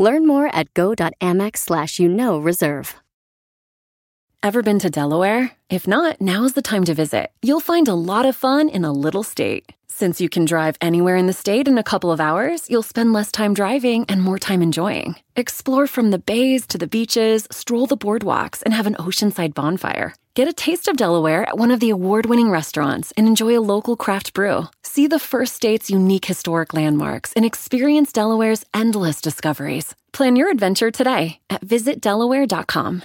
Learn more at go.amex slash you know reserve. Ever been to Delaware? If not, now's the time to visit. You'll find a lot of fun in a little state. Since you can drive anywhere in the state in a couple of hours, you'll spend less time driving and more time enjoying. Explore from the bays to the beaches, stroll the boardwalks, and have an oceanside bonfire. Get a taste of Delaware at one of the award winning restaurants and enjoy a local craft brew. See the first state's unique historic landmarks and experience Delaware's endless discoveries. Plan your adventure today at visitdelaware.com.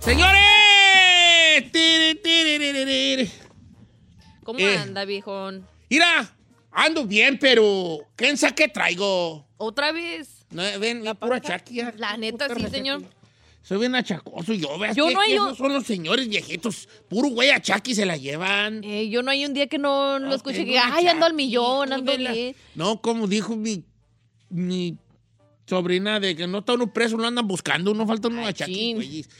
¡Señores! Ah. Tiri, tiri, tiri, tiri. ¿Cómo Eh. anda, viejón? Mira, ando bien, pero ¿quién sabe qué traigo? ¿Otra vez? No, ven, la pura chaquia. La neta, sí, señor. Soy bien achacoso yo, veas Yo que- no que hay un- esos son los señores viejitos. Puro güey achaqui se la llevan. Eh, yo no hay un día que no lo No, escuche tengo que, una ay, ando al chaquita millón, de ando la- bien. No, como dijo mi, mi sobrina, de que no está uno preso, lo andan buscando, no falta uno achaquis, chin. güeyes.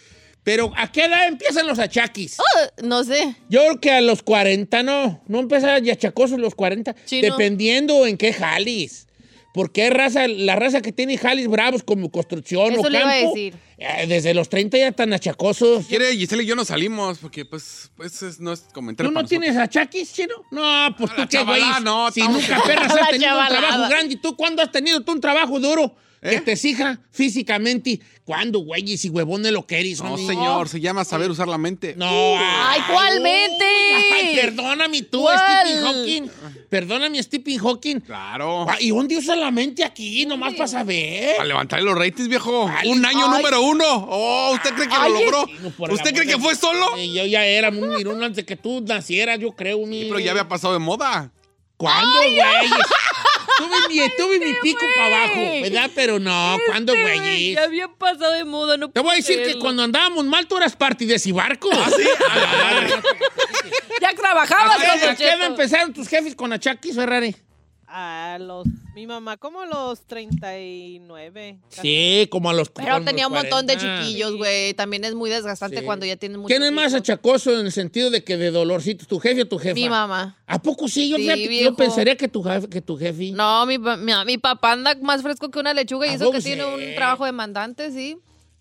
Pero, ¿a qué edad empiezan los achaquis? Ah, no sé. Yo creo que a los 40, no. No empiezan ya chacosos los 40. Sí, no. dependiendo en qué jalis. Porque hay raza, la raza que tiene jalis bravos como construcción o Eso campo. le iba a decir. eh, desde los 30 ya están achacosos. Quiere Giselle y yo no salimos porque, pues, pues es- no es comentario ¿Tú no para tienes achaquis, chino? No, pues A tú la qué güey. chavalá, no, si estamos- nunca perras A la has tenido un chavalada. trabajo grande. ¿Y tú cuándo has tenido tú un trabajo duro? Que ¿Eh? te exija físicamente. ¿Cuándo, güey? Y si huevones lo que eres, nosotros. homie. No, señor, se llama saber usar la mente. No. Uh. Ay, ¿cuál mente? Ay, perdóname tú, ¿Cuál? Stephen Hawking. Perdóname, Stephen Hawking. Claro. Ah, ¿Y dónde usa la mente aquí? Nomás para saber. Para levantar los ratings, viejo. Ay, un año ay. número uno. Oh, ¿usted cree que Ay, lo logró? chino, por el ¿Usted amor cree que de- fue solo? Eh, yo ya era un mirón antes que tú nacieras, yo creo, mi. Pero ya había pasado de moda. ¿Cuándo, güey? Tuve mi, tuve mi pico para abajo, ¿verdad? Pero no, ¿cuándo, Este, güey? Ya había pasado de moda, no Te voy a puedo decir que creerlo. cuando andábamos mal, tú eras parte de Cibarco. ¿Ah, sí? Ya trabajabas con ¿A Don qué edad Cheto. empezaron tus jefes con achaquis, Ferrari? A los, mi mamá como a los 39. casi. Sí, como a los como a Pero los tenía un montón de 40. chiquillos, Pues, güey. También es muy desgastante Sí. cuando ya tienes muchos ¿Quién es más hijos. achacoso en el sentido de que de dolorcitos? ¿Tu jefe o tu jefa? Ah. Mi mamá. ¿A poco sí? Yo, Sí, fíjate que yo viejo. pensaría que tu, jef- que tu jefe. No, mi, pa- mi, mi papá anda más fresco que una lechuga ¿A y eso que poco tiene sí? un trabajo demandante, sí.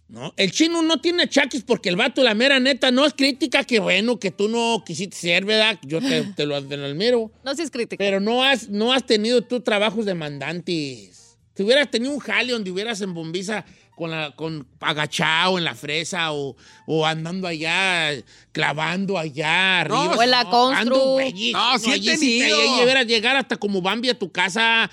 No, El chino no tiene achaques porque el vato, la mera neta, no es crítica que bueno, que tú no quisiste ser, ¿verdad? Yo te, te lo, te lo admiro. No, si es crítica. Pero no has, no has tenido tú trabajos demandantes. Si hubieras tenido un jale donde hubieras en bombiza con, la, con agachado en la fresa o, o andando allá, clavando allá arriba. o en la constru. güey, No, sí he allí sí te- tenido. ahí hubieras llegar hasta como Bambi a tu casa.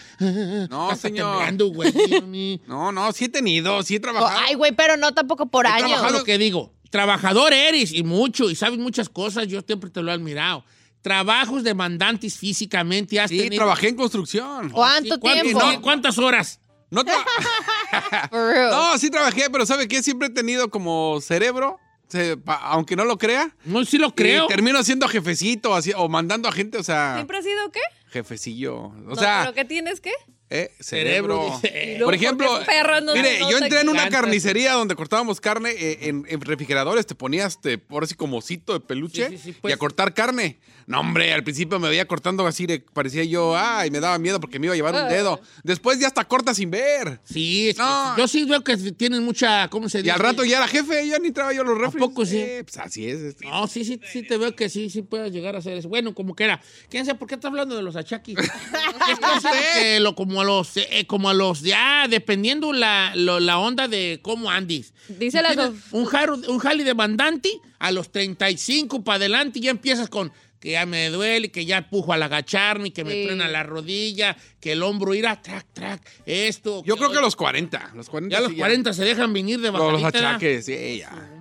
No, hasta señor. temblando, güey. mami. No, no, sí he tenido, sí he trabajado. Ay, güey, pero no tampoco por He años. Trabajador, lo que digo. Trabajador eres y mucho, y sabes muchas cosas, yo siempre te lo he admirado. Trabajos demandantes físicamente has sí, tenido. trabajé en construcción. ¿Cuánto Sí, ¿cuánto- tiempo? no, ¿Cuántas horas? No, tra- For real. no, sí trabajé, pero ¿sabe qué? Siempre he tenido como cerebro, se- pa- aunque no lo crea. No, sí lo y creo. termino siendo jefecito así, o mandando a gente, o sea, ¿Siempre ha sido qué? jefecillo. O No, sea, ¿Pero qué tienes qué? Eh, cerebro. dice. Por ¿por ejemplo, qué perros no- mire, no yo te entré en una quitan? carnicería donde cortábamos carne eh, en, en refrigeradores, te ponías, te, por así como osito de peluche, Sí, sí, sí, pues. y a cortar carne. No, hombre, al principio me veía cortando así, de- parecía yo, ay, me daba miedo porque me iba a llevar un dedo. Después ya hasta corta sin ver. Ah. Sí, es- No. yo sí veo que tienen mucha, ¿cómo se dice? Y al rato ya era jefe, ya ni traba yo a los refres. poco sí? Eh, pues así es. este. No, sí, sí, sí te veo que sí, sí puedes llegar a hacer eso. Bueno, como que era. ¿Quién sabe por qué está hablando de los achaquis? es que, sé. que lo, como como a los, eh, como a los, ya, dependiendo la, lo- la onda de cómo andes. Dice la Tienes dof- un, jarro, un jali de mandante a los 35 para adelante ya empiezas con que ya me duele, que ya pujo al agacharme, que me Sí. truena la rodilla, que el hombro irá, trac, trac, esto. Yo creo que a los 40. Los 40 Ya los sí, 40 se dejan venir de Los, los bajadita, ¿verdad? achaques, sí, ya.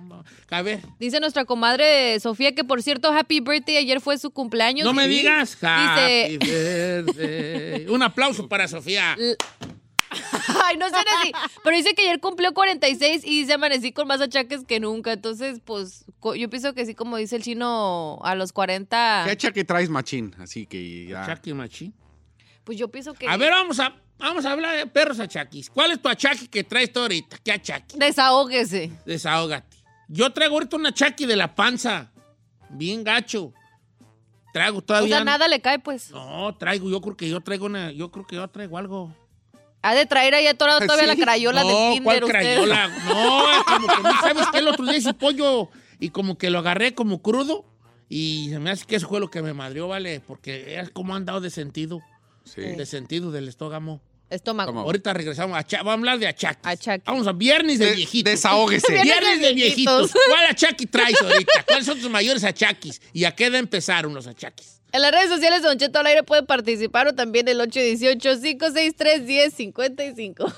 A ver, Dice nuestra comadre Sofía que, por cierto, happy birthday. Ayer fue su cumpleaños. no me Sí. digas. Happy Dice- birthday. Un aplauso para Sofía. Ay, no suena así. Pero dice que ayer cumplió 46 y dice amanecí con más achaques que nunca. Entonces, pues, co- yo pienso que sí, como dice el chino, a los Ah. 40. ¿Qué achaque traes, machín? Así que ya. Chucky Machi. Pues yo pienso que. A ver, vamos a, vamos a hablar de perros achaquis. ¿Cuál es tu achaque que traes tú ahorita? ¿Qué achaque? Desahógese. Desahógate. Yo traigo ahorita un achaque de la panza. Bien gacho. Traigo O todavía. sea, nada le cae, pues. No, traigo, yo creo que yo traigo una, yo creo que yo traigo algo. Ha de traer ahí atorado todavía Sí. la crayola del no, Kinder. ¿cuál usted. crayola? No, es como que no sabes que el otro día hice pollo y como que lo agarré como crudo y se me hace que eso fue lo que me madrió, vale, porque es como han dado de sentido, Sí. de sentido del estómago. Estómago. Como- Ah, Ahorita regresamos a acha- vamos a hablar de achaques. Achaques. Vamos a viernes de, De- viejitos. desahógese. Viernes Viernes de de viejitos. viejitos. ¿Cuál achaque traes ahorita? ¿Cuáles son tus mayores achaques? ¿Y a qué edad empezaron los achaques? En las redes sociales de Don Cheto al aire pueden participar o también el 818-563-1055.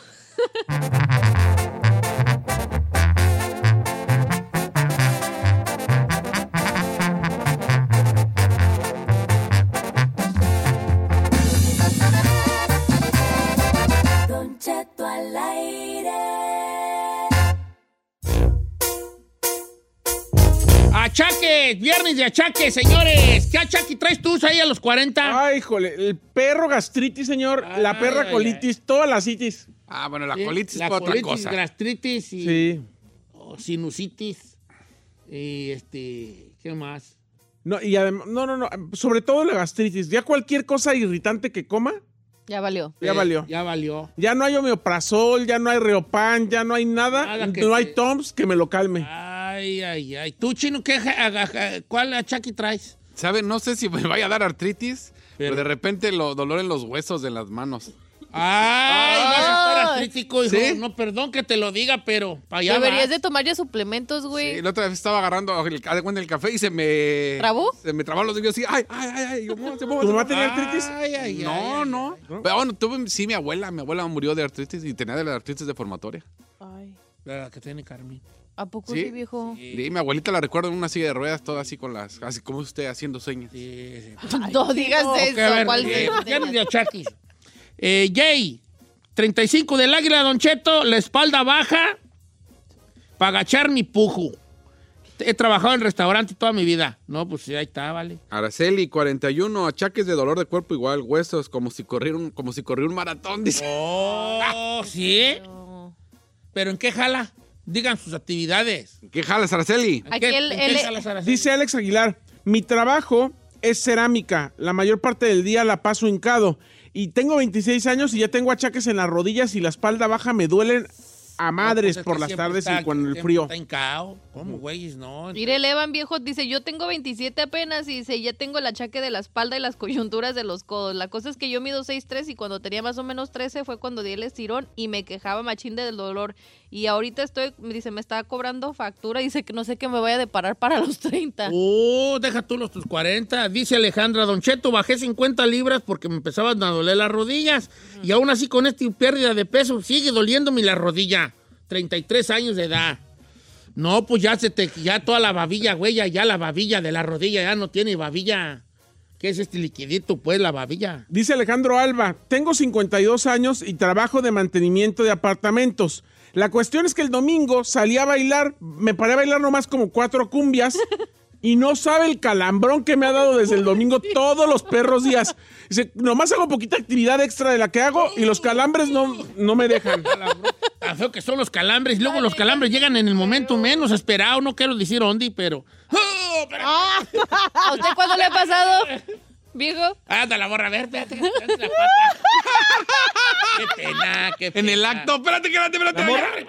¡Achaques! ¡Viernes de achaques, señores! ¿Qué achaque traes tú ahí a los 40? Ay, híjole, el perro gastritis, señor, Ay, la perra ay, colitis, todas las citis. Ah, bueno, la Sí, colitis la es otra colitis, cosa. gastritis y Sí. o sinusitis. Y este, ¿qué más? No, y además, no, no, no, sobre todo la gastritis. Ya cualquier cosa irritante que coma, Ya valió. ya Eh, valió. Ya valió. Ya no hay homeoprazol, ya no hay reopan, ya no hay nada, Nada que no te- Ah, hay toms que me lo calme. Ay, ay, ay. ¿Tú, Chino, qué, ja- aga- ja- cuál achaque traes? ¿Sabe? No sé si me vaya a dar artritis, Pero- pero, de repente lo dolor en los huesos de las manos. Ay, vas a estar Ay. Ah, artrítico, hijo. ¿Sí? No, perdón que te lo diga, pero para allá Deberías vas. de tomar ya suplementos, güey. Sí, la otra vez estaba agarrando el, haz de cuenta, el café y se me. ¿Trabó? Se me trabaron los dedos así. Ay, ay, ay, ay. yo, ¿cómo se- cómo ¿Tu se- mamá tenía artritis? Ay, ay, ay, no, ay, no. ay. Pero bueno, tuve, sí, mi abuela. Mi abuela murió de artritis y tenía de la artritis deformatoria. Ay. La que tiene Carmen. ¿A poco Sí. sí, viejo? Y mi abuelita la recuerdo en una silla de ruedas, toda así con las. Así como usted haciendo señas. Sí, sí. no digas Ok, a ver, eso. ¿Cuál eh, es? Oh, ya nos de achaquis. Eh, Jay, 35 del águila, Don Cheto, la espalda baja para agachar mi pujo. He trabajado en restaurante toda mi vida. No, pues sí, ahí está, vale. Araceli, 41, achaques de dolor de cuerpo igual, huesos, como si corriera un, como si corriera un maratón, dice. Oh, sí. Pero ¿en qué jala? Digan sus actividades. ¿Qué jalas, Araceli? ¿En qué- Aquel- en qué él- jalas, Araceli? Dice Alex Aguilar, mi trabajo es cerámica. La mayor parte del día la paso hincado. Y tengo 26 años y ya tengo achaques en las rodillas y la espalda baja me duelen a madres No, pues, es por que las siempre tardes está- y con el siempre frío. Está hincao. ¿Cómo, güeyes? No. Mire, el Evan viejo dice, yo tengo 27 apenas y dice, ya tengo el achaque de la espalda y las coyunturas de los codos. La cosa es que yo mido 6'3 y cuando tenía más o menos 13 fue cuando di el estirón y me quejaba machín del dolor. Y ahorita estoy, me dice, me está cobrando factura y dice que no sé qué me vaya a deparar para los 30. Oh, deja tú los tus 40. Dice Alejandra, Don Cheto, bajé 50 libras porque me empezaban a doler las rodillas. Y aún así, con esta pérdida de peso, sigue doliéndome la rodilla. 33 años de edad. No, pues ya se te, ya toda la babilla, güey, ya, ya la babilla de la rodilla ya no tiene babilla. ¿Qué es este liquidito, pues, la babilla? Dice Alejandro Alba, tengo 52 años y trabajo de mantenimiento de apartamentos. La cuestión es que el domingo salí a bailar, me paré a bailar nomás como cuatro cumbias y no sabe el calambrón que me ha dado desde el domingo todos los perros días. Dice, nomás hago poquita actividad extra de la que hago y los calambres no, no me dejan. Tan Ah, feo que son los calambres. Luego los calambres llegan en el momento menos esperado. No quiero decir dónde, pero. ¡Oh, pero- ¿A usted cuándo le ha pasado, viejo? Anda la borra, a ver, espérate que me canse la pata. qué pena, qué pena. En el acto, espérate, espérate, espérate.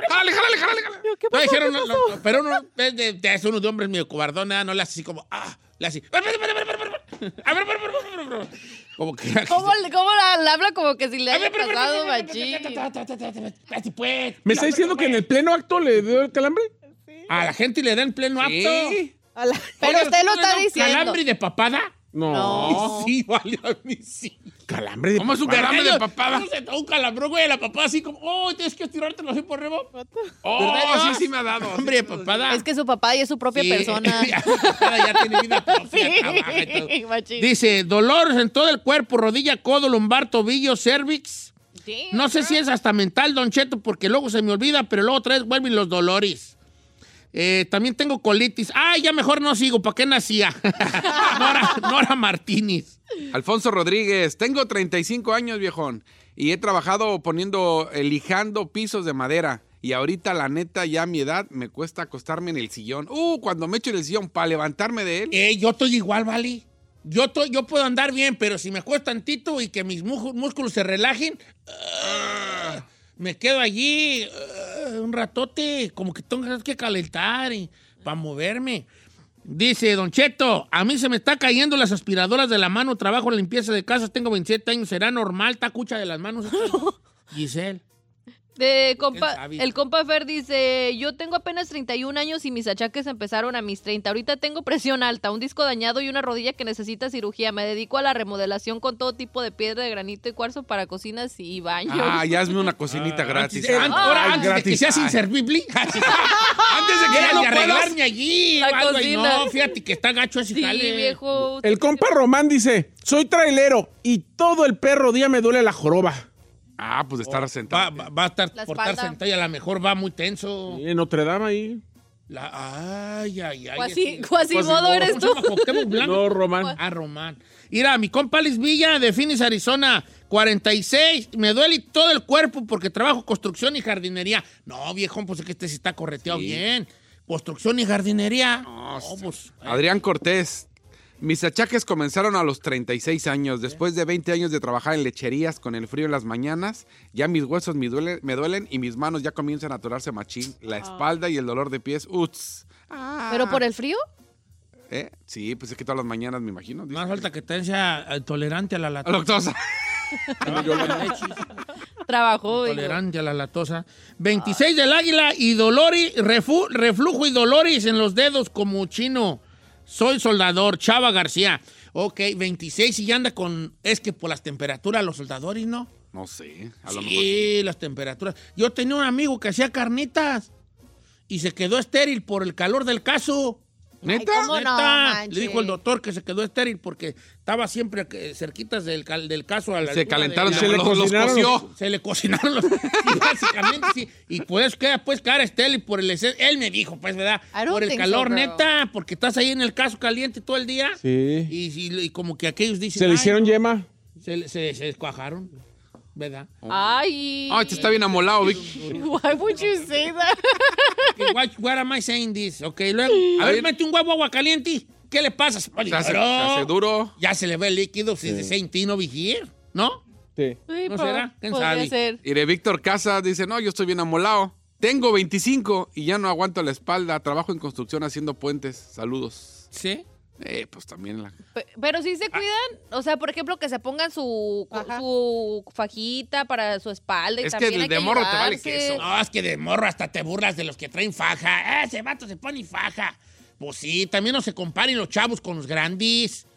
Jale, jale, jale, jale. No, dijeron, no, no, no, pero uno es de, de- es uno de hombres medio cobardona, no le hace así como, ah, le hace. "Ah, espérate, espérate, espérate, espérate". A ver, a ver, a ver, a ver, a ver. Como que. ¿Cómo, le- cómo la, la habla como que si le A haya ver, pero- pasado machín? Así pues. ¿Me está diciendo que en el pleno acto le dio el calambre? A la gente le da en pleno Sí. apto. A la- Pero ¿eh? Oye, usted lo ¿no está era un diciendo. ¿Calambre de papada? No. No. Sí, vale, a mí sí. Calambre de ¿Cómo es un papada. calambre de Yo- papada? yo se- Un calambrón, güey, la papada así como, oh, tienes que estirártelo así por rebo. Oh, sí, sí me ha dado. Calambre de papada. Es que su papá ya es su propia Sí. persona. Ya, ya tiene vida propia, trabaja y todo. sí, machín. Dice, dolores en todo el cuerpo, rodilla, codo, lumbar, tobillo, cervix. Sí. No sé si es hasta mental, Don Cheto, porque luego se me olvida, pero luego tres vuelven los dolores. Eh, también tengo colitis. Ay, ya mejor no sigo. ¿Para qué nacía? Nora, Nora Martínez. Alfonso Rodríguez, tengo 35 años, viejón, y he trabajado poniendo, eh, lijando pisos de madera. Y ahorita, la neta, ya a mi edad me cuesta acostarme en el sillón. Uh, cuando me echo en el sillón para levantarme de él. Eh, yo estoy igual, Vali. Yo, to- yo puedo andar bien, pero si me cuesta tantito y que mis muju- músculos se relajen, ah, me quedo allí ah, un ratote, como que tengo que calentar para moverme. Dice Don Cheto, a mí se me está cayendo las aspiradoras de la mano, trabajo en limpieza de casas, tengo 27 años, ¿será normal tacucha de las manos? Giselle. De Él compa, sabe. el compa Fer dice, yo tengo apenas 31 años y mis achaques empezaron a mis 30. Ahorita tengo presión alta, un disco dañado y una rodilla que necesita cirugía. Me dedico a la remodelación con todo tipo de piedra, de granito y cuarzo para cocinas y baños. Ah, ya hazme una cocinita gratis. Antes, eh, ahora, Ay, antes de que gratis. seas Ay. inservible. Antes de que Mira, Ah, ya no de puedas. arreglarme allí. La o algo ahí. cocina. No, fíjate que está gacho ese sí, jale. viejo. El compa Román dice, soy trailero y todo el perro día me duele la joroba. Ah, pues de estar Va, sentado. Oh, va- va a estar La por estar espalda. sentado y a lo mejor va muy tenso. Y en Notre Dame ahí. La- ay, ay, ay. Cuasi- este- Cuasimodo pues eres ¿Cómo tú. Pues. se llama? Cuauhtémoc Blanco. No, Román. Ah, Román. Mira, mi compa Liz Villa de Phoenix, Arizona, 46. Me duele todo el cuerpo porque trabajo construcción y jardinería. No, viejo, pues es que este sí está correteado Sí. bien. Construcción y jardinería. No, pues. Adrián Cortés. Mis achaques comenzaron a los 36 años. Después de 20 años de trabajar en lecherías con el frío en las mañanas, ya mis huesos me duelen, me duelen y mis manos ya comienzan a atorarse machín. Ah. La espalda y el dolor de pies. Uts. ¿Pero por el frío? ¿Eh? Sí, pues es que todas las mañanas me imagino. dice. Más falta que te sea eh, tolerante a la lactosa. Lactosa. Trabajó. digo. Tolerante a la latosa. 26 del águila y dolores, refu- reflujo y dolores en los dedos como chino. Soy soldador, Chava García. Ok, 26 y ya anda con... Es que por las temperaturas los soldadores, ¿no? No sé. A lo mejor. Sí, las temperaturas. Yo tenía un amigo que hacía carnitas y se quedó estéril por el calor del caso. ¿Neta? ¿cómo? no, manches? Le dijo el doctor que se quedó estéril porque estaba siempre eh, cerquitas del, cal- del caso. A la altura Se de- calentaron, de- se le los, los cocinaron los- coció. se le cocinaron los. y básicamente, sí. Y pues queda pues cara Esteli por el exceso. Él me dijo, pues, ¿verdad? I don't Por el think calor, so, bro. neta, porque estás ahí en el caso caliente todo el día. Sí. Y, y- y como que aquellos dicen. Se le "Ay, hicieron yema. Se, le- se, se descuajaron, ¿verdad? Ah, Ay. Ay, te está bien amolado, Vic. Why would you say that? What, what am I saying this? Ok, luego. A A ver, ver. mete un huevo agua caliente. ¿Qué le pasa? Se pone Se hace, se duro. hace duro. Ya se le ve el líquido. Si se intino vigir, ¿no? Sí. Sí, ¿No po- será? ¿Quién podría sabe? ser. Y de Víctor Casas dice, no, yo estoy bien amolado. Tengo 25 y ya no aguanto la espalda. Trabajo en construcción haciendo puentes. Saludos. Sí. Eh, pues también la... Pe- Pero sí se cuidan, o sea, por ejemplo, que se pongan su, co- su fajita para su espalda y Es que también el hay de morro te vale ayudarse. queso. No, es que de morro hasta te burlas de los que traen faja. ¡Eh, Ese vato se pone faja. Pues sí, también no se comparen los chavos con los grandes.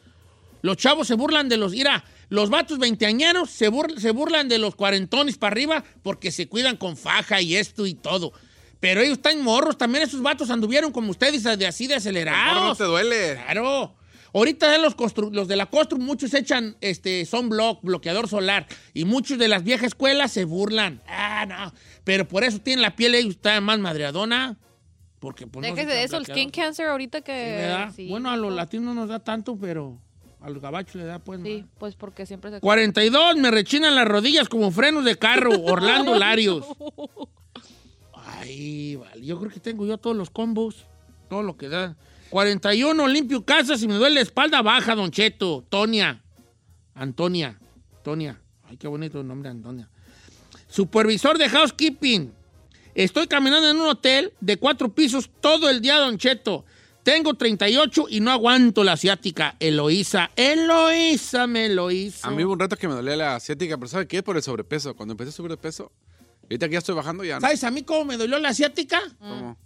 Los chavos se burlan de los. Mira, los vatos veinteañeros se, bur- se burlan de los cuarentones para arriba porque se cuidan con faja y esto y todo. Pero ellos están morros. También esos vatos anduvieron como ustedes de así de Amor, no acelerados. te duele. Claro. Ahorita ya los, constru- los de la Constru, muchos echan este sunblock, bloqueador solar, y muchos de las viejas escuelas se burlan. Ah, no. Pero por eso tienen la piel ellos está más madreadona. Porque pues, no Déjese se de echan eso, el bloqueador. skin cancer ahorita que... ¿Verdad? Eh, sí, Bueno, a los no. latinos no nos da tanto, pero a los gabachos le da pues Sí, más. pues porque siempre se... 42, me rechinan las rodillas como frenos de carro, Orlando Larios. Ay, vale. Yo creo que tengo yo todos los combos, todo lo que da. 41, limpio casas y me duele la espalda baja, Don Cheto. Tonia. Antonia. Tonia. Ay, qué bonito el nombre, Antonia. Supervisor de housekeeping. Estoy caminando en un hotel de cuatro pisos todo el día, Don Cheto. Tengo 38 y no aguanto la asiática. Eloísa, Eloísa me lo hizo. A mí hubo un rato que me dolía la asiática, pero ¿sabe qué? Por el sobrepeso. Cuando empecé a subir de peso, ahorita que ya estoy bajando, ya no. ¿Sabes a mí cómo me dolió la asiática? Como-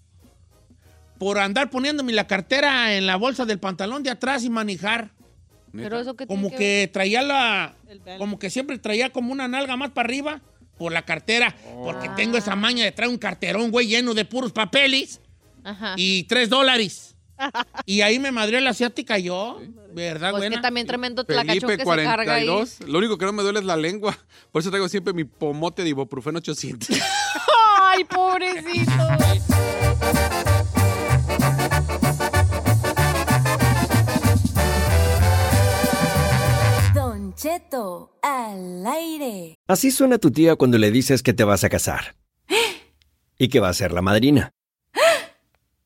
Por andar poniéndome la cartera en la bolsa del pantalón de atrás y manejar. Pero eso que Como que traía la... El balance. Como que siempre traía como una nalga más para arriba por la cartera. Porque Ah. tengo esa maña de traer un carterón, güey, lleno de puros papeles Ajá. y tres dólares. y ahí me madrió la asiática yo, ¿verdad, Pues güey? que también tremendo tlacachón Felipe que se carga ahí. 42. Lo único que no me duele es la lengua. Por eso traigo siempre mi pomote de ibuprofeno 800. ¡Ay, pobrecito! Don Cheto, al aire. Así suena tu tía cuando le dices que te vas a casar. Y que va a ser la madrina.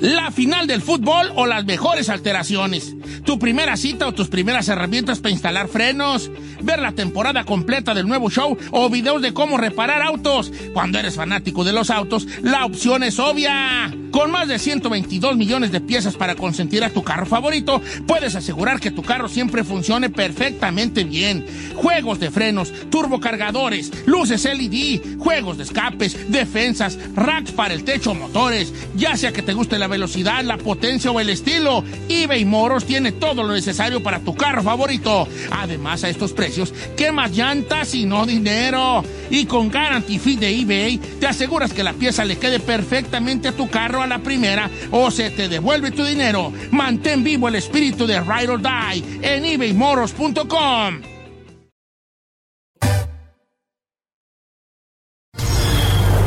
La final del fútbol o las mejores alteraciones. Tu primera cita o tus primeras herramientas para instalar frenos. Ver la temporada completa del nuevo show o videos de cómo reparar autos. Cuando eres fanático de los autos, la opción es obvia. Con más de 122 millones de piezas para consentir a tu carro favorito, puedes asegurar que tu carro siempre funcione perfectamente bien. Juegos de frenos, turbocargadores, luces LED, juegos de escapes, defensas, racks para el techo o motores. Ya sea que te guste la velocidad, la potencia o el estilo, eBay Moros tiene todo lo necesario para tu carro favorito. Además, a estos precios, ¿qué más llantas y no dinero? Y con Guarantee Fee de eBay, te aseguras que la pieza le quede perfectamente a tu carro a la primera o se te devuelve tu dinero. Mantén vivo el espíritu de Ride or Die en ebaymoros.com.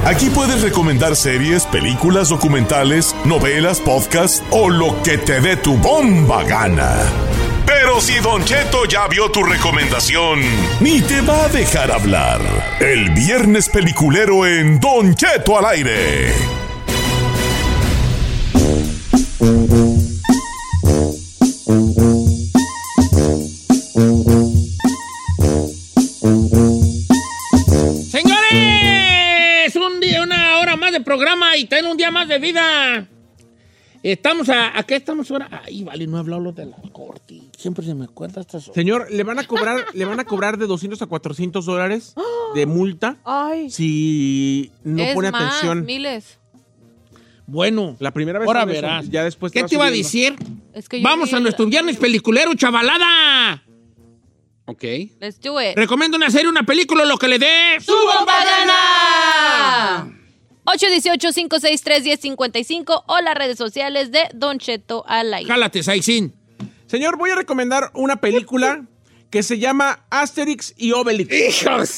Aquí puedes recomendar series, películas, documentales, novelas, podcasts o lo que te dé tu bomba gana. Pero si Don Cheto ya vio tu recomendación, ni te va a dejar hablar. El viernes peliculero en Don Cheto al aire. Señores, un día, una hora más de programa y ten un día más de vida. Estamos a, ¿a qué estamos ahora? Ay, vale, no he hablado lo de la corte. Siempre se me acuerda estas horas. Señor, le van a cobrar, le van a cobrar de 200 a 400 dólares de multa Ay, si no es pone más, atención. miles. Bueno, La primera vez ahora que lo hizo, verás. ya después ¿Qué va te iba a subiendo. decir? Es que yo Vamos vi a nuestro la- viernes peliculero, chavalada. Eh. ok. Let's do it. Recomiendo una serie, una película, lo que le dé. ¡Su bomba gana! 818-563-1055 o las redes sociales de Don Cheto al aire. Jálate, Saixin. Señor, voy a recomendar una película que se llama Asterix y Obelix. Ay,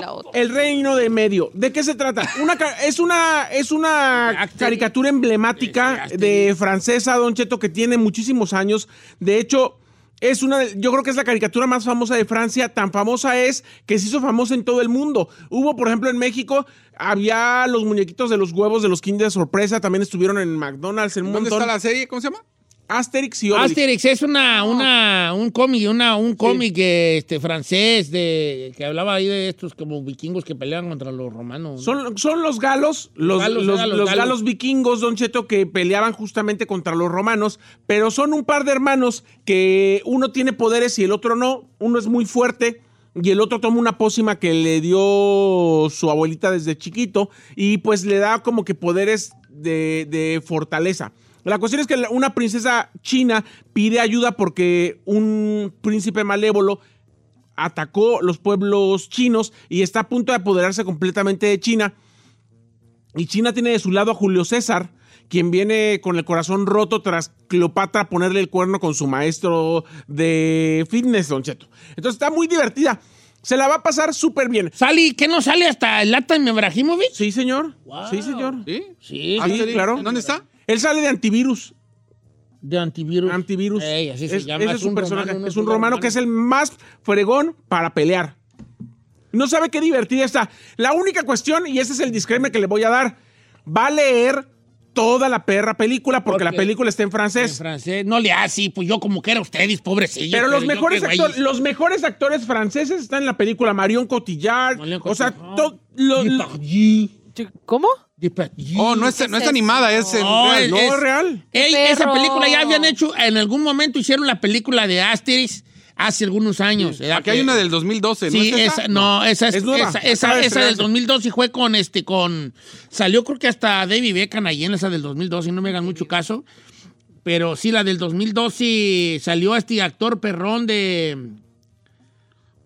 la otra. El reino de medio. ¿De qué se trata? Una ca- es una es una Asterix. caricatura emblemática Asterix. de francesa Don Cheto que tiene muchísimos años. De hecho, es una de- yo creo que es la caricatura más famosa de Francia, tan famosa es que se hizo famosa en todo el mundo. Hubo, por ejemplo, en México había los muñequitos de los huevos de los Kinder Sorpresa, también estuvieron en McDonald's, en un ¿Dónde montón. está la serie? ¿Cómo se llama? Asterix y Obelix. Asterix es una, una, un cómic, una, un cómic eh, este, francés de, que hablaba ahí de estos como vikingos que peleaban contra los romanos. ¿no? Son, son los galos, los, Galos, los- galos, los galos galos. vikingos, Don Cheto, que peleaban justamente contra los romanos, pero son un par de hermanos que uno tiene poderes y el otro no, uno es muy fuerte y el otro toma una pócima que le dio su abuelita desde chiquito y pues le da como que poderes de, de fortaleza. La cuestión es que la- una princesa china pide ayuda porque un príncipe malévolo atacó los pueblos chinos y está a punto de apoderarse completamente de China. Y China tiene de su lado a Julio César, quien viene con el corazón roto tras Cleopatra ponerle el cuerno con su maestro de fitness, Don Cheto. Entonces está muy divertida. Se la va a pasar súper bien. ¿Sale? ¿Qué no sale hasta el Latan Ibrahimovic? Sí, señor. Wow. Sí, señor. ¿Sí? Sí. Ah, Sí, sí, claro. ¿Dónde está? Él sale de antivirus. De antivirus. Antivirus. Ey, así se es, llama, ese es es su un personaje. romano, no es un romano que es el más fregón para pelear. No sabe qué divertida está. La única cuestión, y ese es el disclaimer que le voy a dar, va a leer toda la perra película porque la Porque- película está en En francés. francés. No le así, pues yo como que era ustedes, pobrecillos. Pero los yo mejores, qué güeyes. actores, los mejores actores franceses están en la película. Marion Cotillard. Marion O sea, Cotillard. to- lo- lo- Depardieu, Ch- ¿Cómo? Depardieu. Oh, no es, no es animada, es en No, real. es- no, es- real. Ey, esa Perro. película ya habían hecho, en algún momento hicieron la película de Asterix hace algunos años. ¿verdad? Aquí hay una del 2012, ¿no? Sí, es esa? esa, no, esa es, Es esa, nueva, esa, acaba de esa del estrenarse. 2002 y fue con este, con, salió creo que hasta David Beckham ahí en esa del 2012, y no me hagan mucho caso, pero sí, la del 2012 salió este actor perrón de,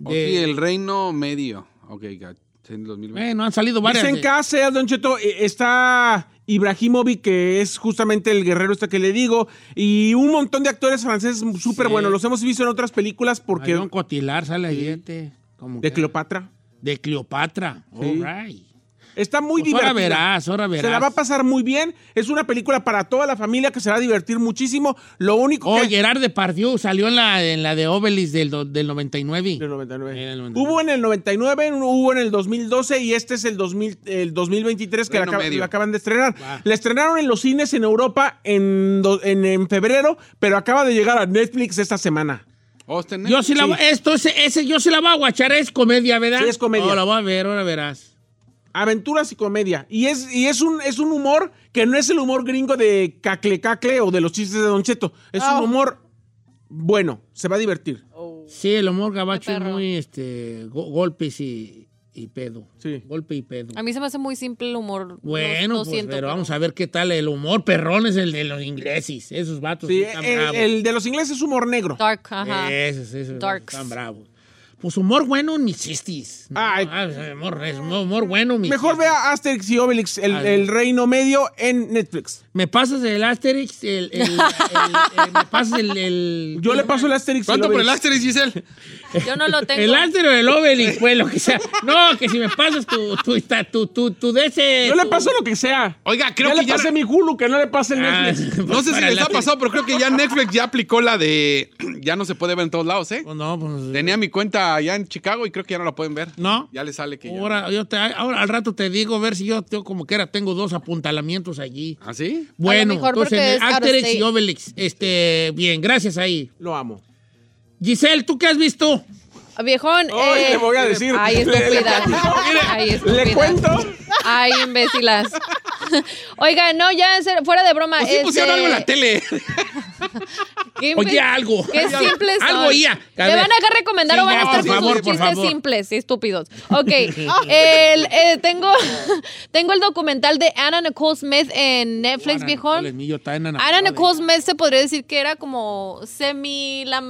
O sí, el Reino Medio. Ok, got- en 2020. bueno, Eh, han salido varias. Dicen de- que hace, Don Cheto, eh, está Ibrahimovic, que es justamente el guerrero este que le digo, y un montón de actores franceses súper Sí. buenos. Los hemos visto en otras películas porque... Marion Cotilar sale ahí, este, como De que- Cleopatra. de Cleopatra, Sí. all right. Está muy Pues ahora divertida. verás, ahora verás. Se la va a pasar muy bien. Es una película para toda la familia que se va a divertir muchísimo. Lo único Oh, que... Gerard Depardieu salió en la, en la de Obelix del, do- del 99. Del 99. En el 99. Hubo en el 99, hubo en el 2012 y este es el, 2000, el 2023 que la, Reino acaba- Medio. la acaban de estrenar. Va. La estrenaron en los cines en Europa en, do- en, en febrero, pero acaba de llegar a Netflix esta semana. Oh, está en Yo sí la Sí. voy- esto es- ese yo sí la voy a guachar, es comedia, ¿verdad? Sí, es comedia. Ahora voy a ver, ahora verás. Aventuras y comedia. Y es, y es, un, es un humor que no es el humor gringo de cacle cacle o de los chistes de Don Cheto. Es Ah. Oh. un humor bueno, se va a divertir. Oh. Sí, el humor gabacho es perro. muy este go- golpes y, y pedo. Sí. Golpe y pedo. A mí se me hace muy simple el humor. lo- Bueno, lo pues, siento, pero vamos a ver qué tal el humor perrón es el de los ingleses, esos vatos Sí, están el, bravos. el de los ingleses es humor negro. Dark, ajá. Esos, esos Darks. están bravos. Pues humor bueno, mis chistis. Ay. Ah, humor, humor bueno, mis Mejor chistis. vea Asterix y Obelix, el, Ah, el Reino Medio, en Netflix. Me pasas el Asterix, el, el- el- el- me pasas el, el- Yo le paso el Asterix. y ¿Cuánto el por el Obelix. Asterix, Giselle? Yo no lo tengo. El Asterix o el Obelix, pues, lo que sea. No, que si me pasas tu, tu, tu, tu, tu, tu de ese... Yo le tu- paso lo que sea. Oiga, creo ya que le ya- pasé mi Hulu, que no le pase el Ah, Netflix. No sé si para el les ha Asterix. pasado, pero creo que ya Netflix ya aplicó la de. Ya no se puede ver en todos lados, ¿eh? Pues no, pues... Tenía mi cuenta allá en Chicago y creo que ya no la pueden ver. ¿No? Ya le sale que ya. Ahora, yo te, ahora al rato te digo, a ver si yo, yo como quiera tengo dos apuntalamientos allí. ¿Ah, sí? Bueno, mejor entonces porque es out of Asterix y state. Obelix. Este, bien, gracias ahí. Lo amo. Giselle, ¿tú qué has visto? Viejón. Ay, eh, le voy a decir. Ay, estúpida. Ay, estúpida. Le cuento. Ay, imbécilas. Oiga, no, ya en serio, fuera de broma. Pues sí pusieron este, algo en la tele. qué imbe- Oye, algo. Qué simples son. Algo, ya. ¿Le van a recomendar Sí, o van a no, estar por con favor, sus por chistes favor. simples, estúpidos? Ok, el, eh, tengo, tengo el documental de Anna Nicole Smith en Netflix, viejón. Anna Nicole Smith se podría decir que era como semi... La,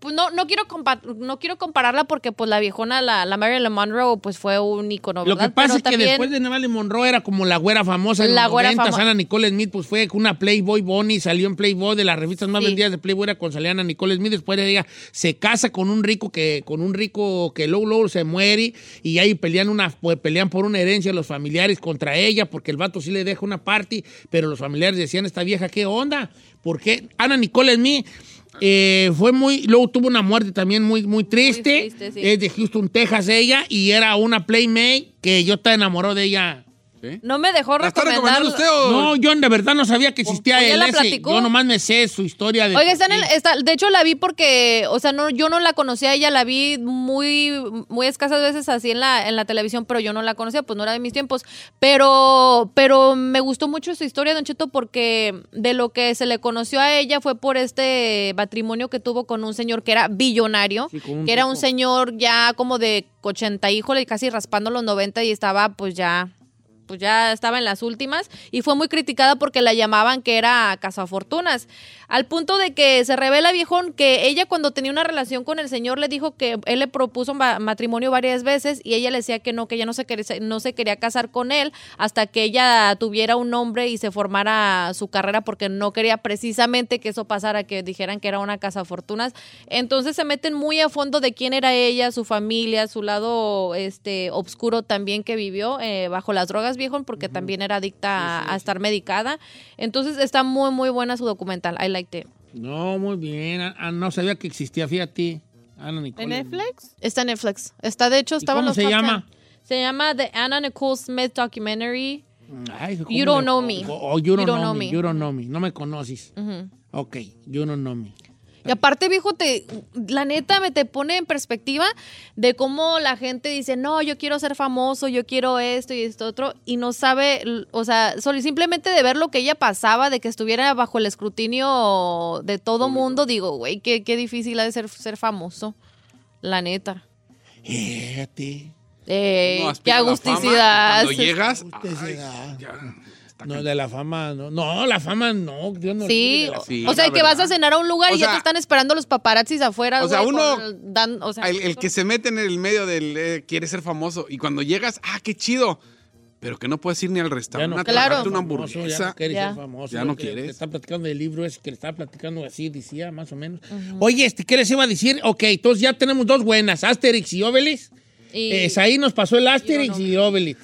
pues no, no, quiero compa- no quiero compararla porque pues la viejona, la, la Marilyn Monroe, pues fue un icono, Lo que ¿verdad? pasa Pero es que después de Neville Monroe era como la güera famosa en La los güera 90, famo- Ana Nicole Smith pues fue una Playboy Bonnie, salió en Playboy, de las revistas más Sí. vendidas de Playboy era con salía Ana Nicole Smith, después ella se casa con un rico que con un rico que luego, luego se muere y ahí pelean una pues, pelean por una herencia los familiares contra ella porque el vato sí le deja una party, pero los familiares decían, "Esta vieja, ¿qué onda?" Porque Ana Nicole Smith eh, fue muy, luego tuvo una muerte también muy, muy triste. triste, sí. Es de Houston, Texas ella y era una playmate que yo estaba enamorado de ella. ¿Sí? No me dejó ¿La está recomendar. recomendando usted o...? No, yo de verdad no sabía que existía Oye, Pues, ¿la el ese. platicó? Yo nomás me sé su historia de. Oiga, está en el- está- de hecho la vi porque, o sea, no, yo no la conocía, ella la vi muy, muy escasas veces así en la, en la televisión, pero yo no la conocía, pues no era de mis tiempos. Pero, pero me gustó mucho su historia, Don Cheto, porque de lo que se le conoció a ella fue por este matrimonio que tuvo con un señor que era billonario, Sí, con un que era un tipo. señor ya como de 80, híjole, casi raspando los 90 y estaba pues ya pues ya estaba en las últimas y fue muy criticada porque la llamaban que era cazafortunas. Al punto de que se revela viejón que ella cuando tenía una relación con el señor le dijo que él le propuso ma- matrimonio varias veces y ella le decía que no, que ella no se quería, no se quería casar con él hasta que ella tuviera un hombre y se formara su carrera porque no quería precisamente que eso pasara, que dijeran que era una cazafortunas. Entonces se meten muy a fondo de quién era ella, su familia, su lado este oscuro también que vivió eh, bajo las drogas, viejo, porque también era adicta a, a estar medicada. Entonces está muy, muy buena su documental. I liked it. No, muy bien. Ah, ah, no sabía que existía, fíjate. Ana Nicole. ¿En Netflix? Está en Netflix. Está, de hecho, ¿Y estaba en cómo los se top llama? 10. Se llama The Anna Nicole Smith Documentary. Ay, ¿cómo You don't me- know me. Oh, oh, you, don't know, me. You don't know me. No me conoces. Ujú. Ok, you don't know me. Y aparte, viejo, te, la neta me te pone en perspectiva de cómo la gente dice, no, yo quiero ser famoso, yo quiero esto y esto otro, y no sabe, l- o sea, solo, simplemente de ver lo que ella pasaba, de que estuviera bajo el escrutinio de todo mundo, digo, güey, qué, qué difícil ha de ser, ser famoso, la neta. Fíjate. Eh, Uno qué aspira a la fama, agusticidad. Cuando llegas... Agusticidad. ay, ya, está No, cañón. de la fama, no. No, la fama no. Dios no Sí, libre de la o- fama. Sí, o sea, la que vas a verdad. cenar a un lugar O y ya sea, te están esperando los paparazzis afuera. o sea, güey, uno- con- dan- o sea, El, el que se mete en el medio del eh, quiere ser famoso y cuando llegas, ah, qué chido, pero que no puedes ir ni al Ya no restaurante a quieres Claro. tragarte una famoso, ya hamburguesa. no quieres Ya. ser famoso. Ya no Te- te quieres. Está platicando del libro ese que le estaba platicando así, decía, más o menos. Oye, este, ¿qué les iba a decir? Ok, entonces ya tenemos dos buenas, Asterix y Obelix. y- Eh, Saí nos pasó el Asterix y Obelix.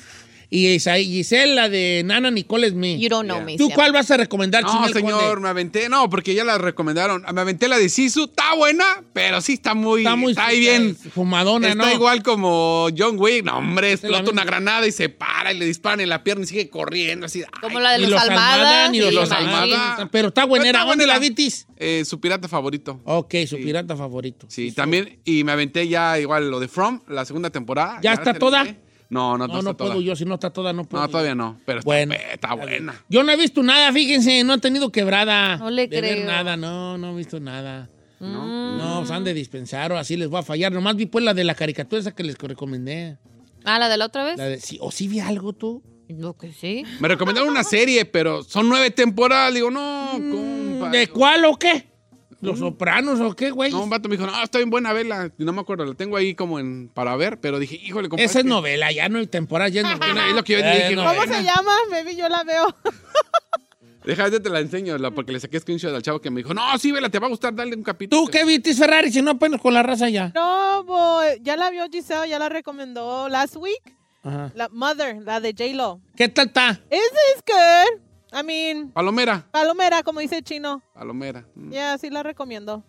Y Isaí- Giselle, la de Nana Nicole Smith. You don't know me. ¿Tú se cuál vas a recomendar, No, Chumel señor, Conde? me aventé. No, porque ya la recomendaron. Me aventé la de Sisu. Está buena, pero sí está muy. Está muy eh, ahí bien. fumadona, está ¿no? igual como John Wick. No, hombre, la explota misma. una granada y se para y le disparan en la pierna y sigue corriendo así. ay. Como la de Ni los, Almada. ni sí, los, los machín. Almada. Pero está buenera. Está ¿Dónde buena. la vitis? Eh, su pirata favorito. Ok, su pirata favorito. Sí, también. Y me aventé ya igual lo de From, la segunda temporada. ¿Ya la está terminé. toda? No, no, No, no, está puedo toda. yo. Si no está toda, no puedo. No, todavía no. Pero está, Bueno. eh, está buena. Yo no he visto nada, fíjense. No he tenido quebrada. No le de ver creo. nada, no, no he visto nada. Mm. ¿no? No, os han de dispensar o así les voy a fallar. Nomás vi pues la de la caricatura esa que les recomendé. Ah, la de la Pues otra vez. La de, sí, ¿O sí vi algo tú? Lo que sí. Me recomendaron una serie, pero son nueve temporadas. Digo, no, compa. Mm, ¿Mm? ¿De cuál o qué? ¿Los sopranos o qué, güey? No, un vato me dijo, no, está bien buena vela. Y No me acuerdo, la tengo ahí como en para ver, pero dije, híjole, compadre. Esa es que- novela, ya no hay temporada, ya es novela. Es lo que yo Ya dije, es ¿no? ¿Cómo novela. se llama? Maybe yo la veo. Deja, ahorita te la enseño, la, porque le saqué screenshot al chavo que me dijo, no, sí, vela, te va a gustar, dale un capítulo. ¿Tú qué viste, Ferrari? Si no, apenas con la raza ya. No, boy, ya la vio Giselle, ya la recomendó last week. Ajá. La Mother, la de J-Lo. ¿Qué tal está? Is this good? I mean, Palomera. palomera, como dice el chino. Palomera. Mm. Ya, sí la recomiendo.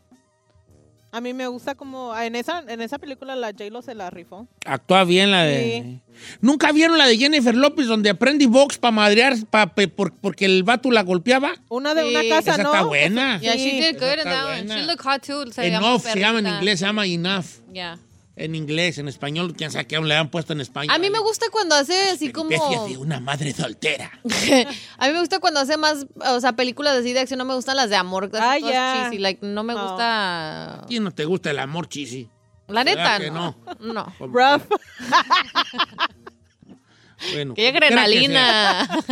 A mí me gusta como... ah, En esa, en esa película la J-Lo se la rifó. Actúa bien la de. ¿Nunca vieron la de Jennifer López donde aprende box para madrear pa- pe- por- porque el vato la golpeaba? Una de Sí. una casa, Esa ¿no? está buena. Yeah, she Sí. did Esa good in está that one. buena. She looked hot too. Se llama Enough se llama en perrita. inglés, se llama enough. Yeah. En inglés, en español, quién sabe qué aún le han puesto en español. A mí me gusta cuando hace así como. Peripecias de una madre soltera. a mí me gusta cuando hace más. O sea, películas así de acción. No me gustan las de amor. que hacen Ah, todas ya. cheesy, like, no me No. gusta. ¿Quién no te gusta el amor, chisi? La neta, ¿Verdad que no. No. Rough. Bueno, Qué como quiera que sea. adrenalina.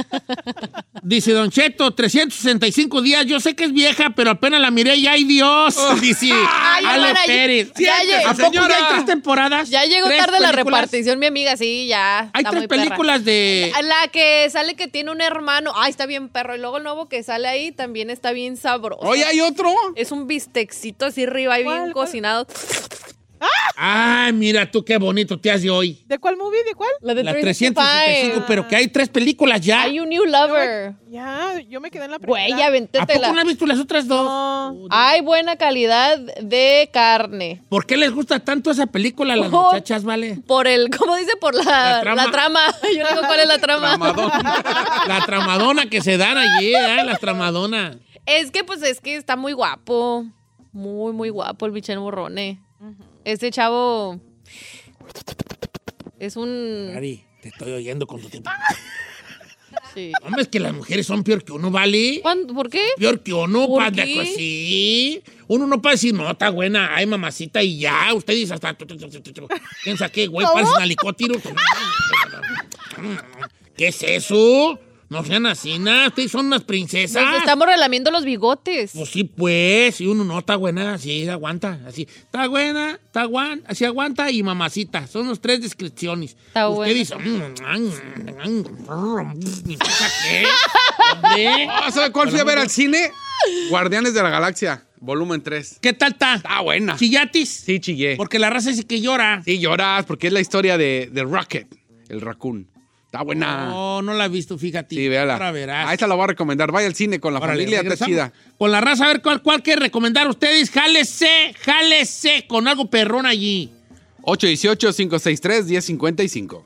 Dice Don Cheto, 365 días. Yo sé que es vieja, pero apenas la miré y ¡ay Dios! Dice Oh. Ay, Ale Omar, ay- Pérez. ya llegué. ¿A poco Señora. ya hay tres temporadas? ya llegó ¿Tres tarde la películas? repartición, mi amiga. Sí, ya. Hay está tres muy perra. películas de... A La que sale que tiene un hermano. Ay, está bien perro. Y luego el nuevo que sale ahí también está bien sabroso. Oye, hay otro. Es un bistecito así arriba y bien ¿Cuál, cuál? cocinado. Ah, mira tú qué bonito te has de hoy. ¿De cuál movie? ¿De cuál? La de La 365, 365. pero que hay tres películas ya. Hay un new lover. Ya, yo me quedé en la primera. Güey, ya ¿A poco no ventétela. has visto las otras dos? No. Hay buena calidad de carne. ¿Por qué les gusta tanto esa película a las Oh. muchachas, vale? Por el, ¿cómo dice? Por la, La la trama. trama. Yo le digo, ¿cuál es la trama? La tramadona que se dan allí, ¿eh? La tramadona. Es que, pues, es que está muy guapo. Muy, muy guapo el Michel Morrone. Ese chavo es un... Ari, te estoy oyendo con tu tiempo. sí. Hombre, es que las mujeres son peor que uno, ¿vale? ¿Cuándo- ¿Por qué? Peor que uno, ¿Por para qué? sí. Uno no puede decir, no, está buena, ay, mamacita, y ya. Usted dice hasta... tu, tu, tu, tu, tu. Piensa que, güey, parecen alicotiros. ¿Qué es eso? No sean así, nada. Ustedes son unas princesas. Nos estamos relamiendo los bigotes. Pues sí, pues, si uno no está buena, así aguanta, así. Está buena, está guan, así aguanta y mamacita. Son los tres descripciones. Está Usted buena. dice, mm, mm, mm, mm, ¿y pasa qué? Hombre, Ah, ¿Sabe cuál fui a ver al cine? Guardianes de la Galaxia, volumen 3. ¿Qué tal está? Está buena. ¿Chillatis? Sí, chillé. Porque la raza dice que llora. Sí, lloras, porque es la historia de, de Rocket, el raccoon. Está buena. No, no la he visto, fíjate. sí, véala. Oh, Ahora verás. Ahí te la voy a recomendar. Vaya al cine con la Órale, familia, está regresamos. chida. Con la raza, a ver cuál, cuál que recomendar a ustedes. Jálese, jálese con algo perrón allí. 818-563-1055.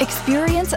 Experience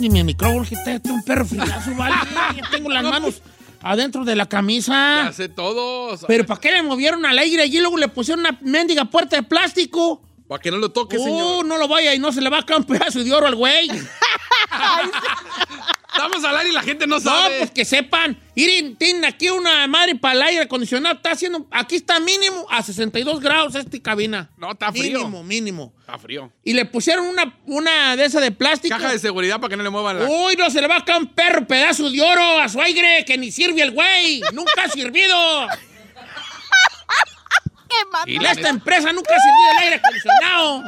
Ni mi micrófono, que te- te un perro frilazo, vale. Ya tengo las manos adentro de la camisa. Hace todos. Pero ¿para qué le movieron al aire allí? Luego le pusieron una mendiga puerta de plástico. Para que no lo toques, Uh, señor. no lo vaya y no se le va a caer un pedazo de oro al güey. Estamos al aire y la gente no No, sabe. pues que sepan. Irin, tienen aquí una madre para el aire acondicionado. Está haciendo. Aquí está mínimo a 62 grados esta cabina. No, está frío. Mínimo, mínimo. Está frío. Y le pusieron una, una de esas de plástico. Oh, Caja de seguridad para que no le muevan la. Uy, no se le va a caer un perro pedazo de oro a su aire que ni sirve el güey. Nunca ha servido. y, Y la esta neta- empresa nunca ha servido el aire acondicionado.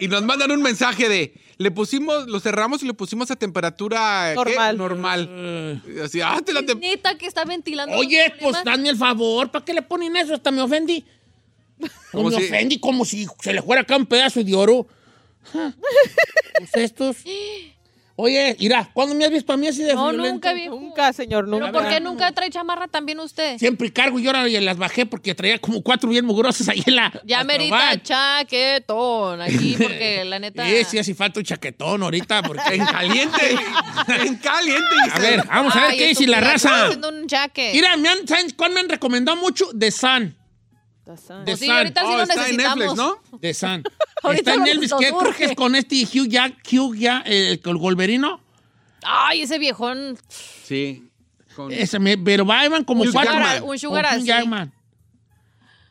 y nos mandan un mensaje de. Le pusimos, lo cerramos y lo pusimos a temperatura ¿qué? Normal. normal. Eh. Y Así, ah, te la tem- Neta que está ventilando. Oye, los pues problemas. dame el favor, ¿para qué le ponen eso? Hasta me ofendí. No Como me si- ofendí como si se le fuera acá un pedazo de oro. Ja. pues estos. Oye, mira, ¿cuándo me has visto a mí así de No, violento? nunca vi. Nunca, señor, nunca. ¿Pero por qué nunca trae chamarra también usted? Siempre cargo y ahora las bajé porque traía como cuatro bien mugrosas ahí en la. Ya la merita trobar. chaquetón aquí porque la neta... Sí, sí, hace falta un chaquetón ahorita porque. En caliente. en caliente. a ver, vamos a ver Ay, qué dice la estúpida, raza. estoy haciendo un jaque. Mira, me han, ¿saben cuál me han recomendado mucho? The Sun. The Pues sí, Sun. ahorita sí Oh, lo está en necesitamos. Netflix, ¿no? De San. Ahorita Está en nos- Elvis, nos ¿qué urge. creo que es con este Hugh Jack, Hugh Jack, eh, el Wolverino? Ay, ese viejón. Sí. Con- Ese me- pero va, van como Hugh cuatro. Jackman. Con Un sugar Hugh así. Jackman.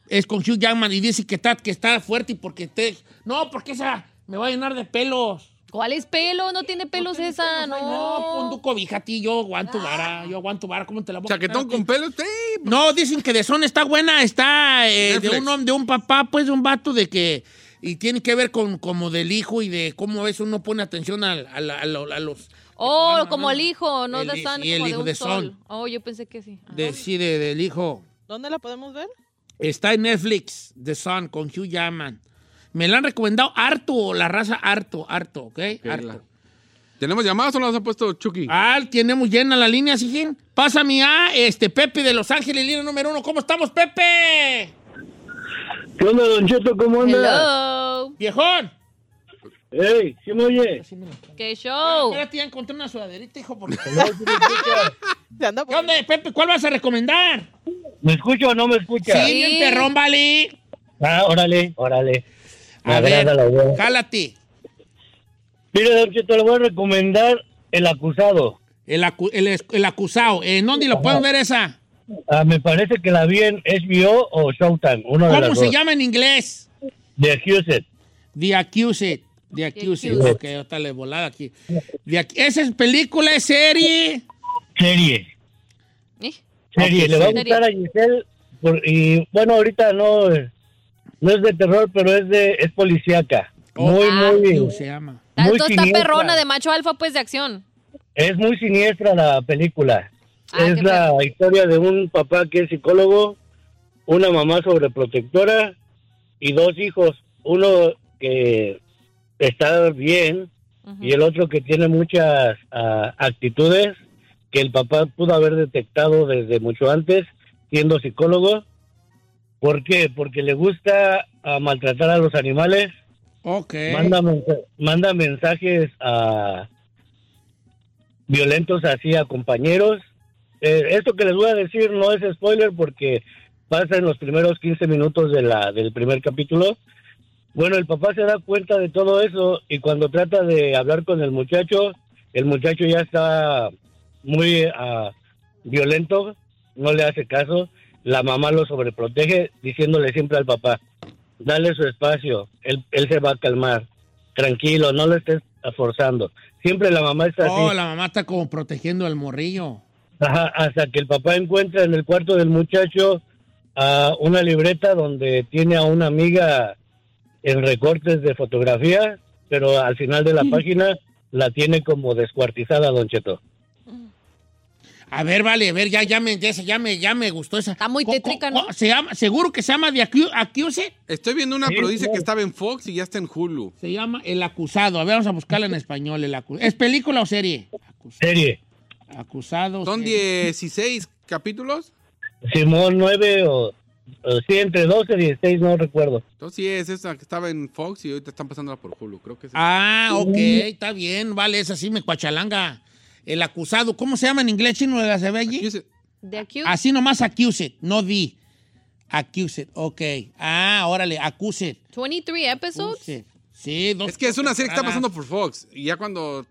Es con Hugh Jackman y dice que está, que está fuerte y porque te... No, porque esa me va a llenar de pelos. ¿Cuál es pelo? No tiene pelos esa, No, no. pon tu cobija, tío. Yo aguanto vara. Yo aguanto vara. ¿Cómo te la voy a Chaquetón quitar? con pelo, sí. pues. No, dicen que de son está buena. Está eh, de, Netflix. un, hom- de un papá, pues, de un vato de que... Y tiene que ver con como del hijo y de cómo eso uno pone atención al- al- al- a los... Oh, Bueno, como no. el hijo, no El de hi- San, sí, el como hijo de un de sol. Son. Oh, yo pensé que sí. de- sí, de- del hijo. ¿Dónde la podemos ver? Está en Netflix, The Sun, con Hugh Jackman. Me la han recomendado harto, la raza harto, harto, ¿ok? Harto. ¿Tenemos llamadas o las ha puesto Chucky? Ah, tenemos llena la línea, ¿sí? Jim? Pásame a este Pepe de Los Ángeles, línea número uno. ¿Cómo estamos, Pepe? ¿Qué onda, Don Cheto? ¿Cómo anda? Hello. ¡Viejón! ¡Ey! ¿Sí me oye? ¡Qué show! Espérate, ya encontré una sudaderita, hijo, porque... ¿Qué onda, Pepe? ¿Cuál vas a recomendar? ¿Me escucho o no me Sí, escucha? bien perrón, vale. Ah, órale, órale. Me A ver, agrada la idea. jálate. Mira, Don Cheto, le voy a recomendar El Acusado. El, acu- el es- el acusado. ¿En dónde lo pueden ver esa? Ah, me parece que la vi en HBO o Showtime, uno de ¿Cómo las se dos. llama en inglés? De Houston. The Accused. The Accused. Accused. Ok, está la volada aquí. The Ac- ¿Esa es película, es serie? Serie. Eh, Serie, Ok, le va a serie. gustar a Giselle. por- y bueno, ahorita no, eh, no es de terror, pero es de es policíaca. Oh, muy, muy, Ah, se llama. muy Tanto está siniestra. perrona de macho alfa, pues de acción. Es muy siniestra la película. Ah, es qué la historia de un papá que es psicólogo, una mamá sobreprotectora y dos hijos. Uno que está bien y el otro que tiene muchas ah, actitudes que el papá pudo haber detectado desde mucho antes, siendo psicólogo. ¿Por qué? Porque le gusta ah, maltratar a los animales Ok. manda, mensa- manda mensajes a violentos así a compañeros. Eh, esto que les voy a decir no es spoiler porque pasa en los primeros 15 minutos de la, del primer capítulo. Bueno, el papá se da cuenta de todo eso y cuando trata de hablar con el muchacho, el muchacho ya está muy ah, violento, no le hace caso. La mamá lo sobreprotege diciéndole siempre al papá, dale su espacio, él, él se va a calmar, tranquilo, no lo estés forzando. Siempre la mamá está así. Oh, la mamá está como protegiendo al morrillo. Ajá, hasta que el papá encuentra en el cuarto del muchacho ah, una libreta donde tiene a una amiga en recortes de fotografía, pero al final de la página la tiene como descuartizada, Don Cheto. A ver, vale, a ver, ya, ya me, ya, esa- ya me, ya me gustó esa. Está muy tétrica, ¿no? Se llama, seguro que se llama The Acu- Accused. Estoy viendo una, Sí, pero dice claro. que estaba en Fox y ya está en Hulu. Se llama El Acusado. A ver, vamos a buscarla en español. El acu- ¿Es película o serie? Serie, Acusado. Son serie. 16 capítulos. Simón 9 o, o sí, entre 12 y 16, no recuerdo. Entonces sí, es esa que estaba en Fox y ahorita están pasándola por Hulu. Creo que es esa. Ah, ok, está bien, vale, esa sí me cuachalanga. El acusado, ¿cómo se llama en inglés chino de la se ve allí? Accused. De acción. Ah, Así nomás accused, no di. Accused, ok. Ah, órale, accused. 23 episodes. accused. Sí, dos- Es que es una serie que está temporadas. pasando por Fox. Y ya cuando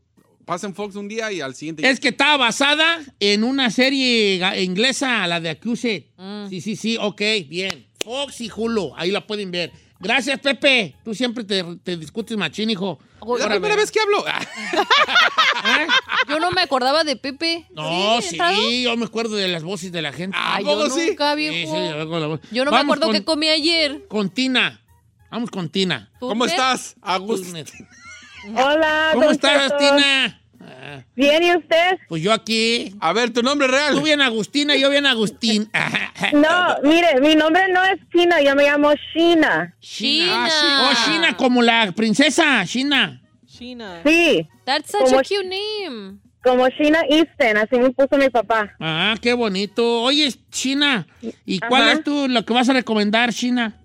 pasa en Fox un día y al siguiente. Es que estaba basada en una serie ga- inglesa, la de Accused. Mm. Sí, sí, sí, ok, bien. Fox y Hulu, ahí la pueden ver. Gracias, Pepe. Tú siempre te, te discutes machín, hijo. Es la Órale. primera vez que hablo. Ah, ¿Eh? Yo no me acordaba de Pepe. No, ¿Sí? sí, ¿Entrado? yo me acuerdo de las voces de la gente. Ah, Ay, ¿Cómo yo sí? nunca, Sí, viejo. sí, yo con la voz. Yo no me Vamos acuerdo con, qué comí ayer. con Tina. Vamos con Tina. ¿Cómo ¿Tú, estás? Agus. Hola, ¿Cómo Ah, don estás, Cheto. Tina? Ah, ¿Bien y usted? pues yo aquí. A ver, tu nombre real. Tú bien Agustina, yo bien Agustín. Ah, No, mire, mi nombre no es Tina, yo me llamo Sheena. China. Ah, sí. Oh, China, como la princesa, China. China. Sí, That's such ¿Cómo a es? cute name. como Sheena Easton, así me puso mi papá. Ah, qué bonito. Oye, China, ¿y cuál Ajá. es tú lo que vas a recomendar, China?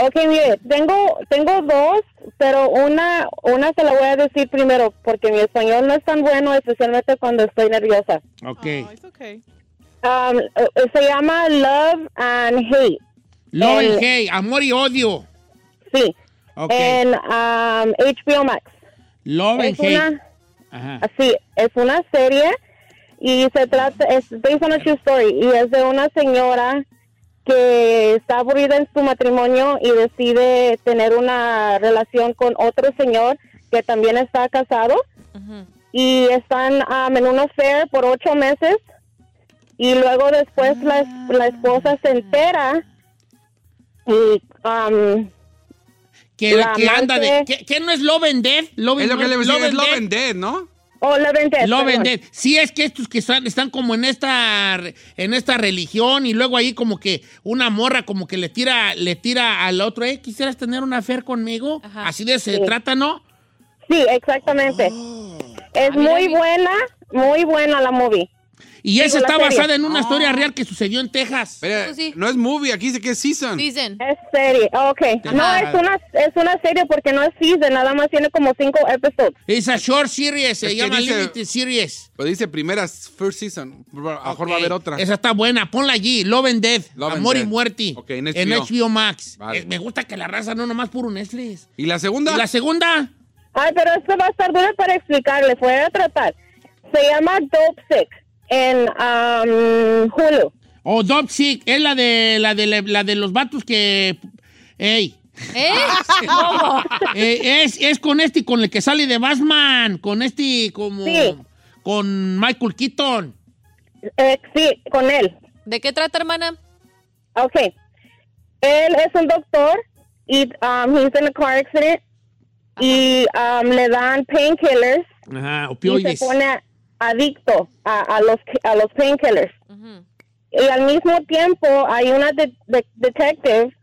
Ok, mire, tengo, tengo dos, pero una, una se la voy a decir primero, porque mi español no es tan bueno, especialmente cuando estoy nerviosa. Ok. Oh, it's okay. Um, eh, eh, se llama Love and Hate, Love and el- Hate, amor y odio. sí, Ok. en um, HBO Max. Love and Es Hate. una, Ajá. Sí, es una serie y se trata, es based on a true story y es de una señora que está aburrida en su matrimonio y decide tener una relación con otro señor que también está casado y están am, en una affair por ocho meses y luego después la, es- la esposa Ah. se entera y um, am, Que, la que anda de. amante- ¿Qué, qué no es Love and Death? Love, Es lo que le decía, es Love and Death, ¿no? Oh, Love and Death. Love and perdón. Death. Sí, es que estos que están, están como en esta, re- en esta religión y luego ahí como que una morra como que le tira, le tira al otro, eh, ¿quisieras tener una affair conmigo? Así de se Sí. trata, ¿no? Sí, exactamente. Es muy buena, muy buena la movie. Y esa Digo, la está serie. Ah. basada en una historia real que sucedió en Texas. No es movie, aquí dice que es season. Es serie, oh, ok. No, Ajá. es una, es una serie porque no es season, nada más tiene como cinco episodios. Esa short series, se Es que llama dice- Limited Series. Pero dice primeras, first season. A lo mejor va a haber otra. Esa está buena, ponla allí, Love and Death, Love and Amor y Death. Muerte, Ok, en en HBO. HBO Max. Vale. Eh, me gusta que la raza no nomás puro Netflix. ¿Y la segunda? ¿Y la segunda? Ay, pero esto va a estar duro para explicarle, voy a tratar. Se llama Dope Sick en um, Hulu. Oh, Dope Sick, es la de, la de, la, de los vatos que... ¡Ey! ¿Eh? Eh, es, es con este, con el que sale de Batman, con este, como... Sí. Con Michael Keaton. Eh, sí, con él. ¿De qué trata, hermana? Ok. Él es un doctor y um, he's in a car accident y um, le dan painkillers Ajá, y opioides. se pone adicto a, a los a los painkillers. Y al mismo tiempo hay una de- de- detective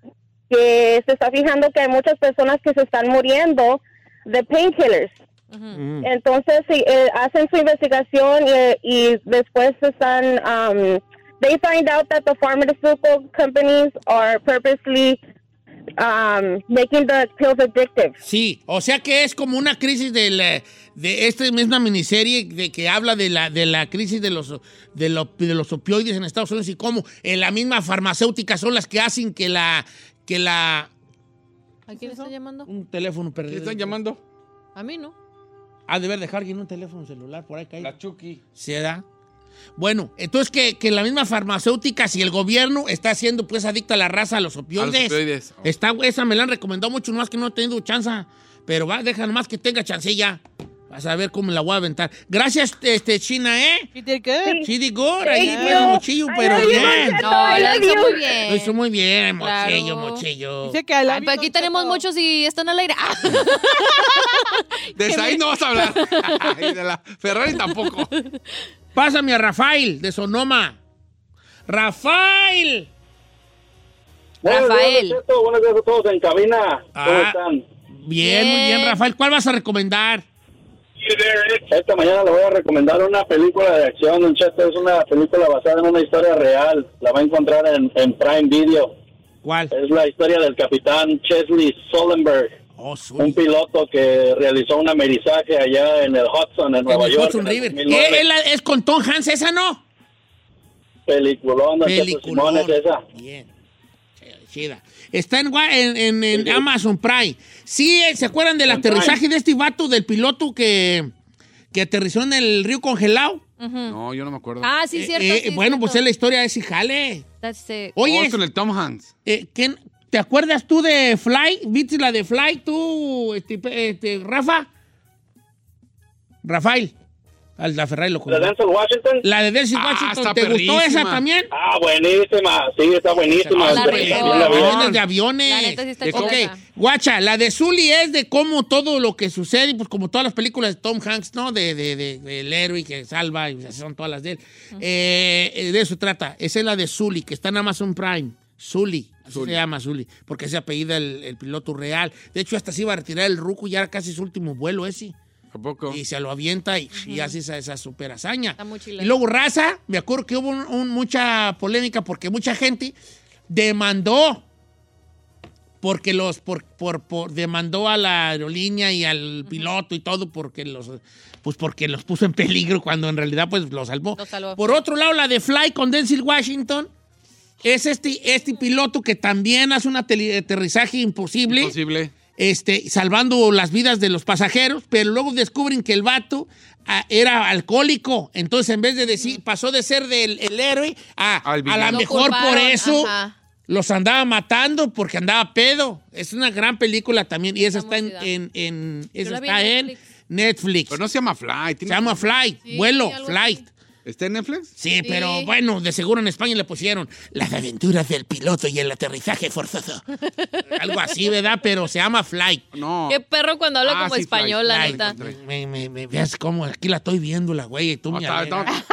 que se está fijando que hay muchas personas que se están muriendo de painkillers. Entonces sí, eh, hacen su investigación y, y después están um, they find out that the pharmaceutical companies are purposely um, making the pills addictive. Sí, o sea que es como una crisis de, la- de esta misma miniserie de que habla de la, de la crisis de los, de, lo- de los opioides en Estados Unidos y cómo en la misma farmacéutica son las que hacen que la... Que la ¿A quién está llamando? un teléfono perdido. están llamando? A mí no. Ha de haber dejado alguien un teléfono celular por ahí caído. La Chucky. ¿Se da? Bueno, entonces que, que la misma farmacéutica, si el gobierno está haciendo pues adicta a la raza a los A los opioides. opioides. Está, esa me la han recomendado mucho, más que no he tenido chance. Pero va, deja nomás que tenga chance ya. Vas a ver cómo la voy a aventar. Gracias, este, China, ¿eh? You did good. Sí, digo, Thank ahí you. fue mochillo, I pero love you, bien. Don Cheto, No, I lo love hizo you. muy bien. Lo hizo muy bien, Claro. mochillo, mochillo. Ay, pues aquí tenemos muchos y están al aire. ¡Ah! De Que esa ahí me- no vas a hablar. Y de la Ferrari tampoco. Pásame a Rafael de Sonoma. Rafael. Buenos días, Rafael. Don Cheto. Buenos días a todos en cabina. ¿Cómo Ah. están? Bien, muy bien, Rafael. ¿Cuál vas a recomendar? Esta mañana les voy a recomendar una película de acción, Don Cheto. Es una película basada en una historia real. La va a encontrar en, en Prime Video. ¿Cuál? Es la historia del capitán Chesley Solenberg. Oh, un piloto que realizó un amerizaje allá en el Hudson, en Nueva el York. Hudson en el River. 2009. Eh, es la- es con Tom Hanks esa, ¿no? Peliculón, Don Cheto Peliculón. Simón, es esa. Bien. Chida. Está en, Gua- en- en- en Amazon Prime. Sí, eh, ¿se acuerdan del aterrizaje de este vato, del piloto que, que aterrizó en el río congelado? No, yo no me acuerdo. Ah, sí, cierto, sí, bueno, cierto. pues es la historia de ese jale. That's it. Oye. Oh, con el Tom Hanks. Eh, ¿quién- ¿Te acuerdas tú de Fly? ¿Viste la de Fly tú, este, pe- este, Rafa? Rafael. Al- La Ferrari lo ¿La de colgó. Denzel Washington? La de Denzel Ah, Washington. está ¿Te gustó perrísima. esa también? Ah, buenísima. Sí, está buenísima. Ah, Don la Cheto, de también la vi. aviones, de aviones. La neta sí está De- chida Ok, esa. guacha, la de Zully es de cómo todo lo que sucede, pues como todas las películas de Tom Hanks, ¿no? De, de, de- del héroe que salva, y son todas las de él. Eh, eh, de eso trata. Esa es la de Zully, que está en Amazon Prime. Zully, así se Zully. llama Zully, porque se apellida el, el piloto real. De hecho, hasta se iba a retirar el ruco y era casi su último vuelo ese. Tampoco. Y se lo avienta y, y hace esa, esa super hazaña. Está muy chila. Y luego Raza, me acuerdo que hubo un- un- mucha polémica porque mucha gente demandó porque los por, por, por- demandó a la aerolínea y al piloto y todo porque los pues porque los puso en peligro cuando en realidad pues los salvó. Lo salvó. Por otro lado, la de Fly con Denzel Washington es este, este piloto que también hace un ateli- aterrizaje imposible Posible. este, salvando las vidas de los pasajeros, pero luego descubren que el vato ah, era alcohólico. Entonces, en vez de decir, pasó de ser del el héroe a, Al a la villano. mejor Lo por culparon, eso ajá. los andaba matando porque andaba pedo. Es una gran película también. Y esa está en, en, en- esa la vi está en en Netflix. Pero no se llama Flight. Se llama Flight, Sí, vuelo, algo Flight. ¿Está en Netflix? Sí, pero bueno, de seguro en España le pusieron las aventuras del piloto y el aterrizaje forzoso. Algo así, ¿verdad? Pero se llama Flight. No. Qué perro cuando habla Ah, como sí, español, la Flight, neta. Me, me- me- veas cómo aquí la estoy viendo, la güey, y tú me Eh. está- alegas.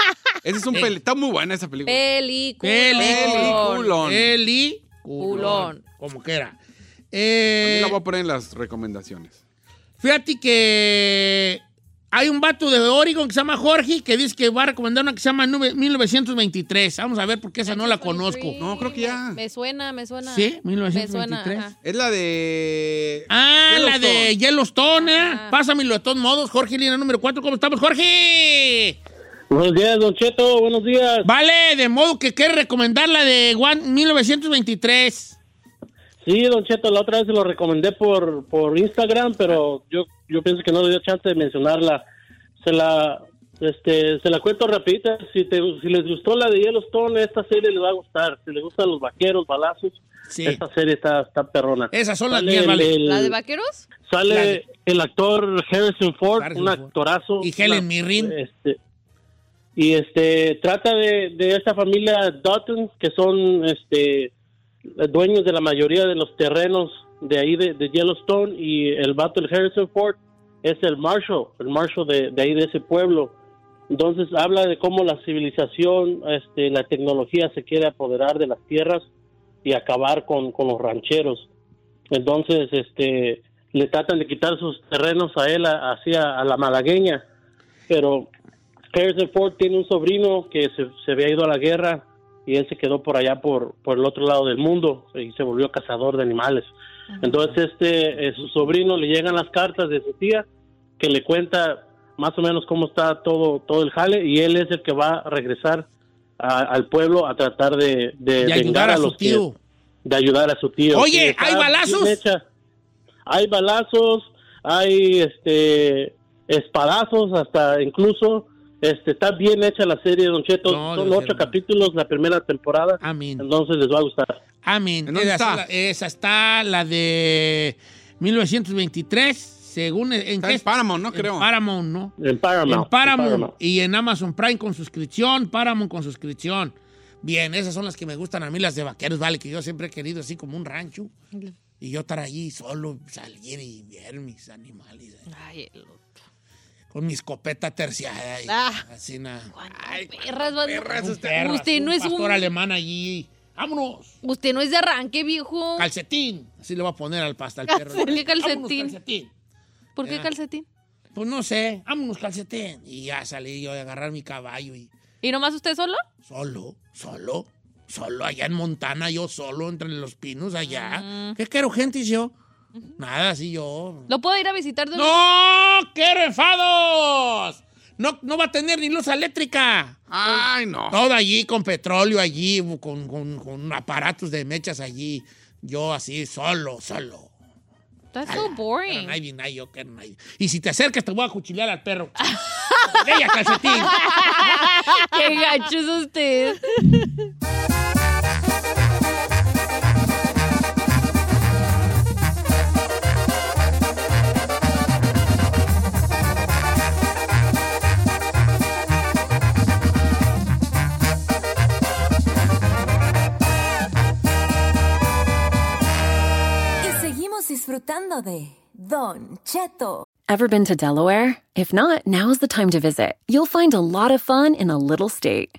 Ese es un peli- Está muy buena esa película. Película. Peliculón. Peliculón. Como quiera. Eh, También la voy a poner en las recomendaciones. Fíjate que hay un vato de Oregon que se llama Jorge que dice que va a recomendar una que se llama nube- 1923. Vamos a ver porque esa no la conozco. No, creo que ya. Me suena, me suena. Sí, Me suena, 1923. ajá. Es la de. Ah, la de Yellowstone. ¿eh? Pásamelo de todos modos. Jorge Lina número 4. ¿Cómo estamos, Jorge? Buenos días, Don Cheto. Buenos días. Vale, de modo que quiere recomendar la de One 1923. Sí, Don Cheto, la otra vez se lo recomendé por, por Instagram, pero yo, yo pienso que no le dio chance de mencionarla. Se la, este, se la cuento rapidita. Si, te, si les gustó la de Yellowstone, esta serie les va a gustar. Si les gustan los vaqueros, balazos, esta serie está, está perrona. Esas son las Sale mías, el- vale. el- ¿La de vaqueros? Sale La de- el actor Harrison Ford, un actorazo. Y Helen una- Mirren. Este, y este trata de, de esta familia Dutton, que son este dueños de la mayoría de los terrenos de ahí de, de Yellowstone. Y el vato, el Harrison Ford, es el marshal, el marshal de, de ahí de ese pueblo. Entonces habla de cómo la civilización, este, la tecnología se quiere apoderar de las tierras y acabar con, con los rancheros. Entonces, este, le tratan de quitar sus terrenos a él, a- hacia a la malagueña. Pero Harrison Ford tiene un sobrino que se, se había ido a la guerra y él se quedó por allá, por, por el otro lado del mundo y se volvió cazador de animales. Entonces, este, eh, su sobrino le llegan las cartas de su tía que le cuenta más o menos cómo está todo, todo el jale y él es el que va a regresar a- al pueblo a tratar de, de, De ayudar vengar a su los que- tío. de ayudar a su tío. Oye, Sí, está ¿hay balazos? bien hecha. Hay balazos, hay este espadazos hasta incluso este está bien hecha la serie Don Cheto, son Dios ocho capítulos la primera temporada. Entonces les va a gustar. Amén. ¿En dónde Ah, Esa está? la- Esa está la de 1923. Según en, Está en Paramount, ¿no? Creo. En Paramount, ¿no? En Paramount. En Paramount, y en Amazon Prime con suscripción, Paramount con suscripción. Bien, esas son las que me gustan a mí, las de vaqueros, vale, que yo siempre he querido así como un rancho. Y yo estar allí solo, salir y ver mis animales. eh, Ay, el otro. Con mi escopeta terciada. y Ah. así nada. Ay, Perras, vas- perras, usted, usted, perras, no es pastor un. alemán allí. Vámonos. Usted no es de arranque, viejo. Calcetín. Así le voy a poner al pasta al perro. ¿Por qué calcetín? Vámonos, calcetín. ¿Por qué Ya. calcetín? Pues no sé, vámonos calcetín. Y ya salí yo a agarrar mi caballo y ¿Y nomás usted solo? solo, solo, solo allá en Montana, yo solo entre los pinos allá. ¿Qué quiero, gente? Yo, nada, así yo. ¿Lo puedo ir a visitar de ¡No! ¡Qué refados! No, no va a tener ni luz eléctrica. Ay, no. Todo allí, con petróleo allí, con, con- con aparatos de mechas allí. Yo así, solo, solo. That's so Pero boring. nadie, nadie, yo que nadie. Y si te acercas, te voy a cuchillar al perro. ¡Ella, calcetín! ¡Qué gacho es usted! Y seguimos disfrutando de Don Cheto. Ever been to Delaware? If not, now is the time to visit. You'll find a lot of fun in a little state.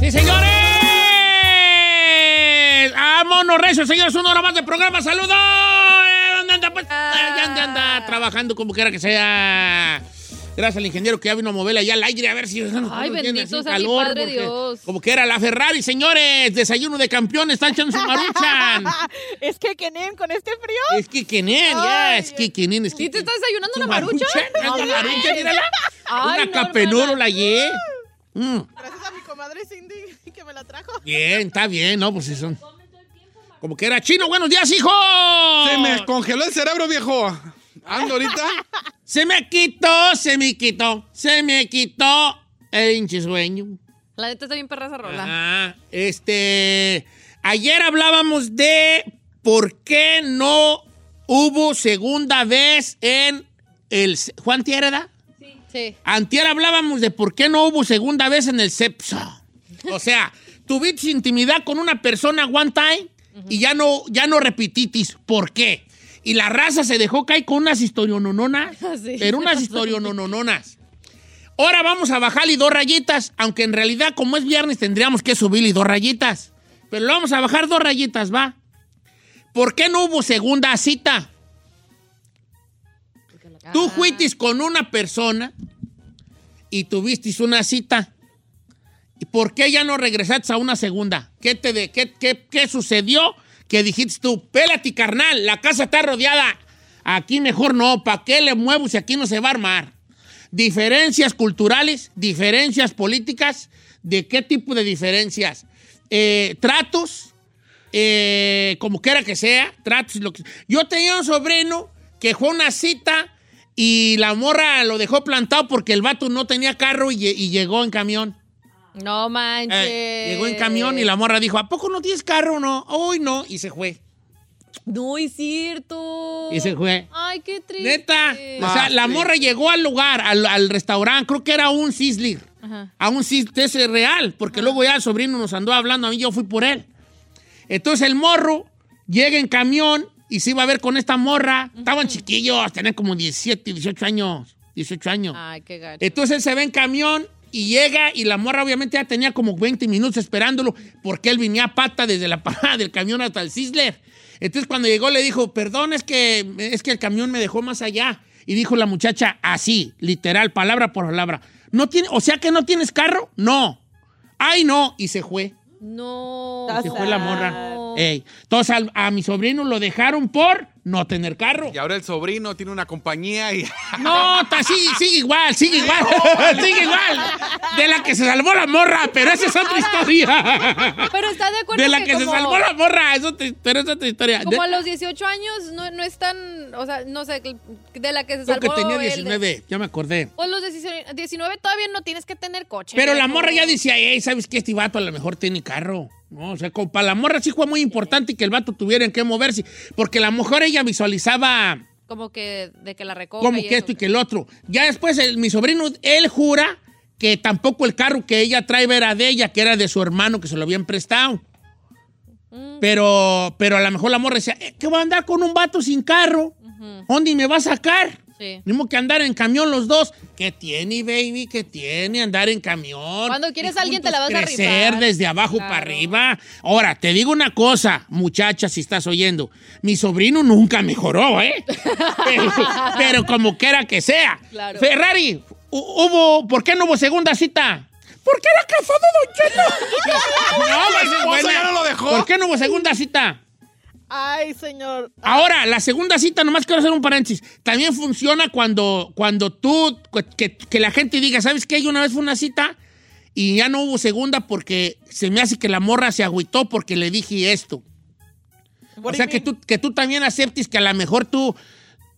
¡Sí, señores! ¡Vámonos, recio! Señores, una hora más de programa. ¡Saludos! Eh, ¿Dónde anda, pues? Eh, ya anda, anda trabajando como quiera que sea. Gracias al ingeniero que ya vino a moverle allá al aire a ver si... Ay, tiene bendito así sea mi calor, padre porque- Dios. Como que era la Ferrari, señores. Desayuno de campeones. Está echando su maruchan. es que Kenem con este frío. es Kikinin, ya. Es Kikinin. Es ¿Y te Kikinin. estás desayunando ¿Tu una marucha? maruchan? ¿Anda marucha? Mírala. Una capenuro la hallé. Mm. Gracias a mi comadre Cindy que me la trajo. Bien, está bien, ¿no? Pues eso. Como que era chino, buenos días, hijo. Se me congeló el cerebro, viejo. Ando ahorita. Se me quitó, se me quitó, se me quitó el hinche sueño. La neta está bien perra esa rola. Ajá. Este. Ayer hablábamos de por qué no hubo segunda vez en el. C- ¿Juan Tierra? Sí. Antier hablábamos de por qué no hubo segunda vez en el sexo. O sea, tuviste intimidad con una persona one time y ya no, ya no repetitis. ¿Por qué? Y la raza se dejó caer con unas historionononas, Ah, Sí. pero unas historiononononas. Ahora vamos a bajarle dos rayitas, aunque en realidad como es viernes tendríamos que subirle dos rayitas. Pero le vamos a bajar dos rayitas, ¿va? ¿Por qué no hubo segunda cita? Tú fuitis con una persona y tuvisteis una cita. ¿Y por qué ya no regresaste a una segunda? ¿Qué, te de- qué, qué- qué sucedió que dijiste tú, pélate carnal, la casa está rodeada? Aquí mejor no, ¿para qué le muevo si aquí no se va a armar? Diferencias culturales, diferencias políticas, ¿de qué tipo de diferencias? Eh, tratos, eh, como quiera que sea, tratos. Lo que... Yo tenía un sobrino que fue a una cita y la morra lo dejó plantado porque el vato no tenía carro y, lle- y llegó en camión. No manches. Eh, llegó en camión y la morra dijo, ¿a poco no tienes carro? No, hoy no. Y se fue. No es cierto. Y se fue. Ay, qué triste. Neta. O sea, la morra llegó al lugar, al, al restaurante, creo que era un Sizzler. Ajá. A un Sizzler ese real, porque luego ya el sobrino nos andó hablando, a mí yo fui por él. Entonces el morro llega en camión y se iba a ver con esta morra. Estaban chiquillos, tenían como 17, 18 años. 18 años. Ay, qué gacho. Entonces él se ve en camión y llega y la morra obviamente ya tenía como 20 minutos esperándolo porque él venía a pata desde la parada del camión hasta el Sizzler. Entonces cuando llegó le dijo, perdón, es que, es que el camión me dejó más allá. Y dijo la muchacha así, literal, palabra por palabra. ¿No tiene, o sea que no tienes carro? No. Ay, no. Y se fue. No. Y se fue la morra. Ey. Entonces al- a mi sobrino lo dejaron por no tener carro. Y ahora el sobrino tiene una compañía y. No, está, sigue, sigue igual, sigue igual, sigue igual. De la que se salvó la morra, pero esa es otra historia. Pero está de acuerdo De la que, se como- salvó la morra, es otra- pero es otra historia. Como a De- los 18 años no, no es tan, o sea, no sé, de la que se Creo salvó que tenía el de- 19, ya me acordé. Pues los 19, 19 todavía no tienes que tener coche. Pero la ¿no? morra ya decía, hey, ¿sabes qué? Este vato a lo mejor tiene carro. No, o sea, como para la morra sí fue muy importante que el vato tuviera en qué moverse, porque la mujer ella visualizaba... Como que de que la recoge. como que esto y que el otro. Ya después el- mi sobrino, él jura que tampoco el carro que ella trae era de ella, que era de su hermano que se lo habían prestado. Pero, pero a lo mejor la morra decía, "Eh, ¿qué va a andar con un vato sin carro? ¿Dónde me va a sacar? Sí. Tenemos que andar en camión los dos. ¿Qué tiene, baby? ¿Qué tiene andar en camión? Cuando quieres Y a alguien te juntos la vas a crecer rifar. desde abajo para arriba. Ahora, te digo una cosa, muchacha, si estás oyendo. Mi sobrino nunca mejoró, ¿eh? pero, pero como quiera que sea. Claro. Ferrari, hu- hubo, ¿por qué no hubo segunda cita? ¿Por qué era casado, Don Cheto? La esa es esposa buena. ya no lo dejó. pues, ¿Por qué no hubo segunda cita? Ay, señor. Ahora, la segunda cita, nomás quiero hacer un paréntesis. También funciona cuando, cuando tú, que, que la gente diga, ¿sabes qué? Yo una vez fue una cita y ya no hubo segunda porque se me hace que la morra se agüitó porque le dije esto. O do sea, you que tú, que tú también aceptes que a lo mejor tú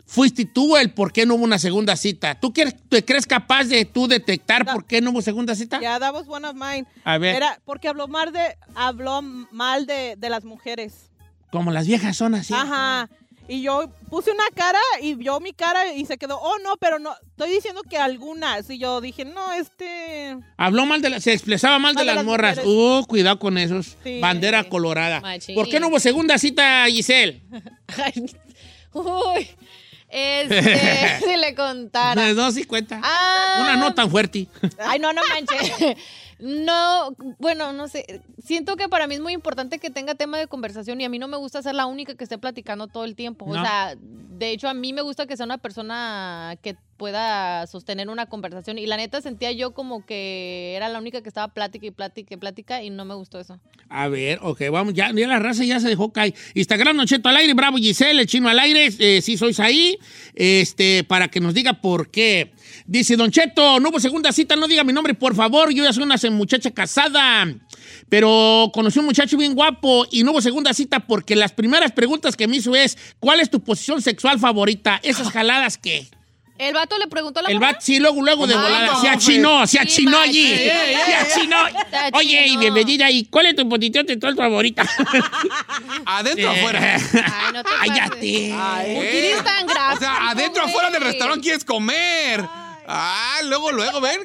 fuiste tú el por qué no hubo una segunda cita. ¿Tú crees, te crees capaz de tú detectar por qué no hubo segunda cita? Yeah, that was one of mine. A ver. Era porque habló mal de, habló mal de, de las mujeres. Como las viejas son así. Ajá. Y yo puse una cara y vio mi cara y se quedó, oh no, pero no, estoy diciendo que algunas. Y yo dije, no, este. Habló mal de las, se expresaba mal de las, morras. mujeres. Uh, cuidado con esos. Sí. Bandera colorada. Machín. ¿Por qué no hubo segunda cita, Giselle? Uy, este, si le contara. No, sí cuenta. Ah, Una no tan fuerte. Ay, no, no manches. No, bueno, no sé. Siento que para mí es muy importante que tenga tema de conversación y a mí no me gusta ser la única que esté platicando todo el tiempo. No. O sea, de hecho, a mí me gusta que sea una persona que pueda sostener una conversación. Y la neta sentía yo como que era la única que estaba plática y plática y plática y no me gustó eso. A ver, ok, vamos, ya, ya la raza ya se dejó caer. Instagram Nocheto al aire, bravo Giselle, el chino al aire, eh, si sois ahí, este, para que nos diga por qué. Dice, Don Cheto, no hubo segunda cita, no diga mi nombre, por favor, yo ya soy una se- muchacha casada, pero conocí un muchacho bien guapo y no hubo segunda cita porque las primeras preguntas que me hizo es, ¿cuál es tu posición sexual favorita? Esas jaladas que... El vato le preguntó a la El morra? bat, sí, luego, luego de Ah, volada. no, Se pues. achinó, se Sí, achinó macho. allí. Sí, sí, Se sí. achinó. Está Oye, y chino. bienvenida. ¿Y cuál es tu posición sexual favorita? ¿Adentro o Eh. Eh, afuera? Ay, no te Cállate. Ay, ¿Por qué eres tan O sea, gráfico, adentro güey? afuera del restaurante quieres comer. Ah, luego, luego, ven.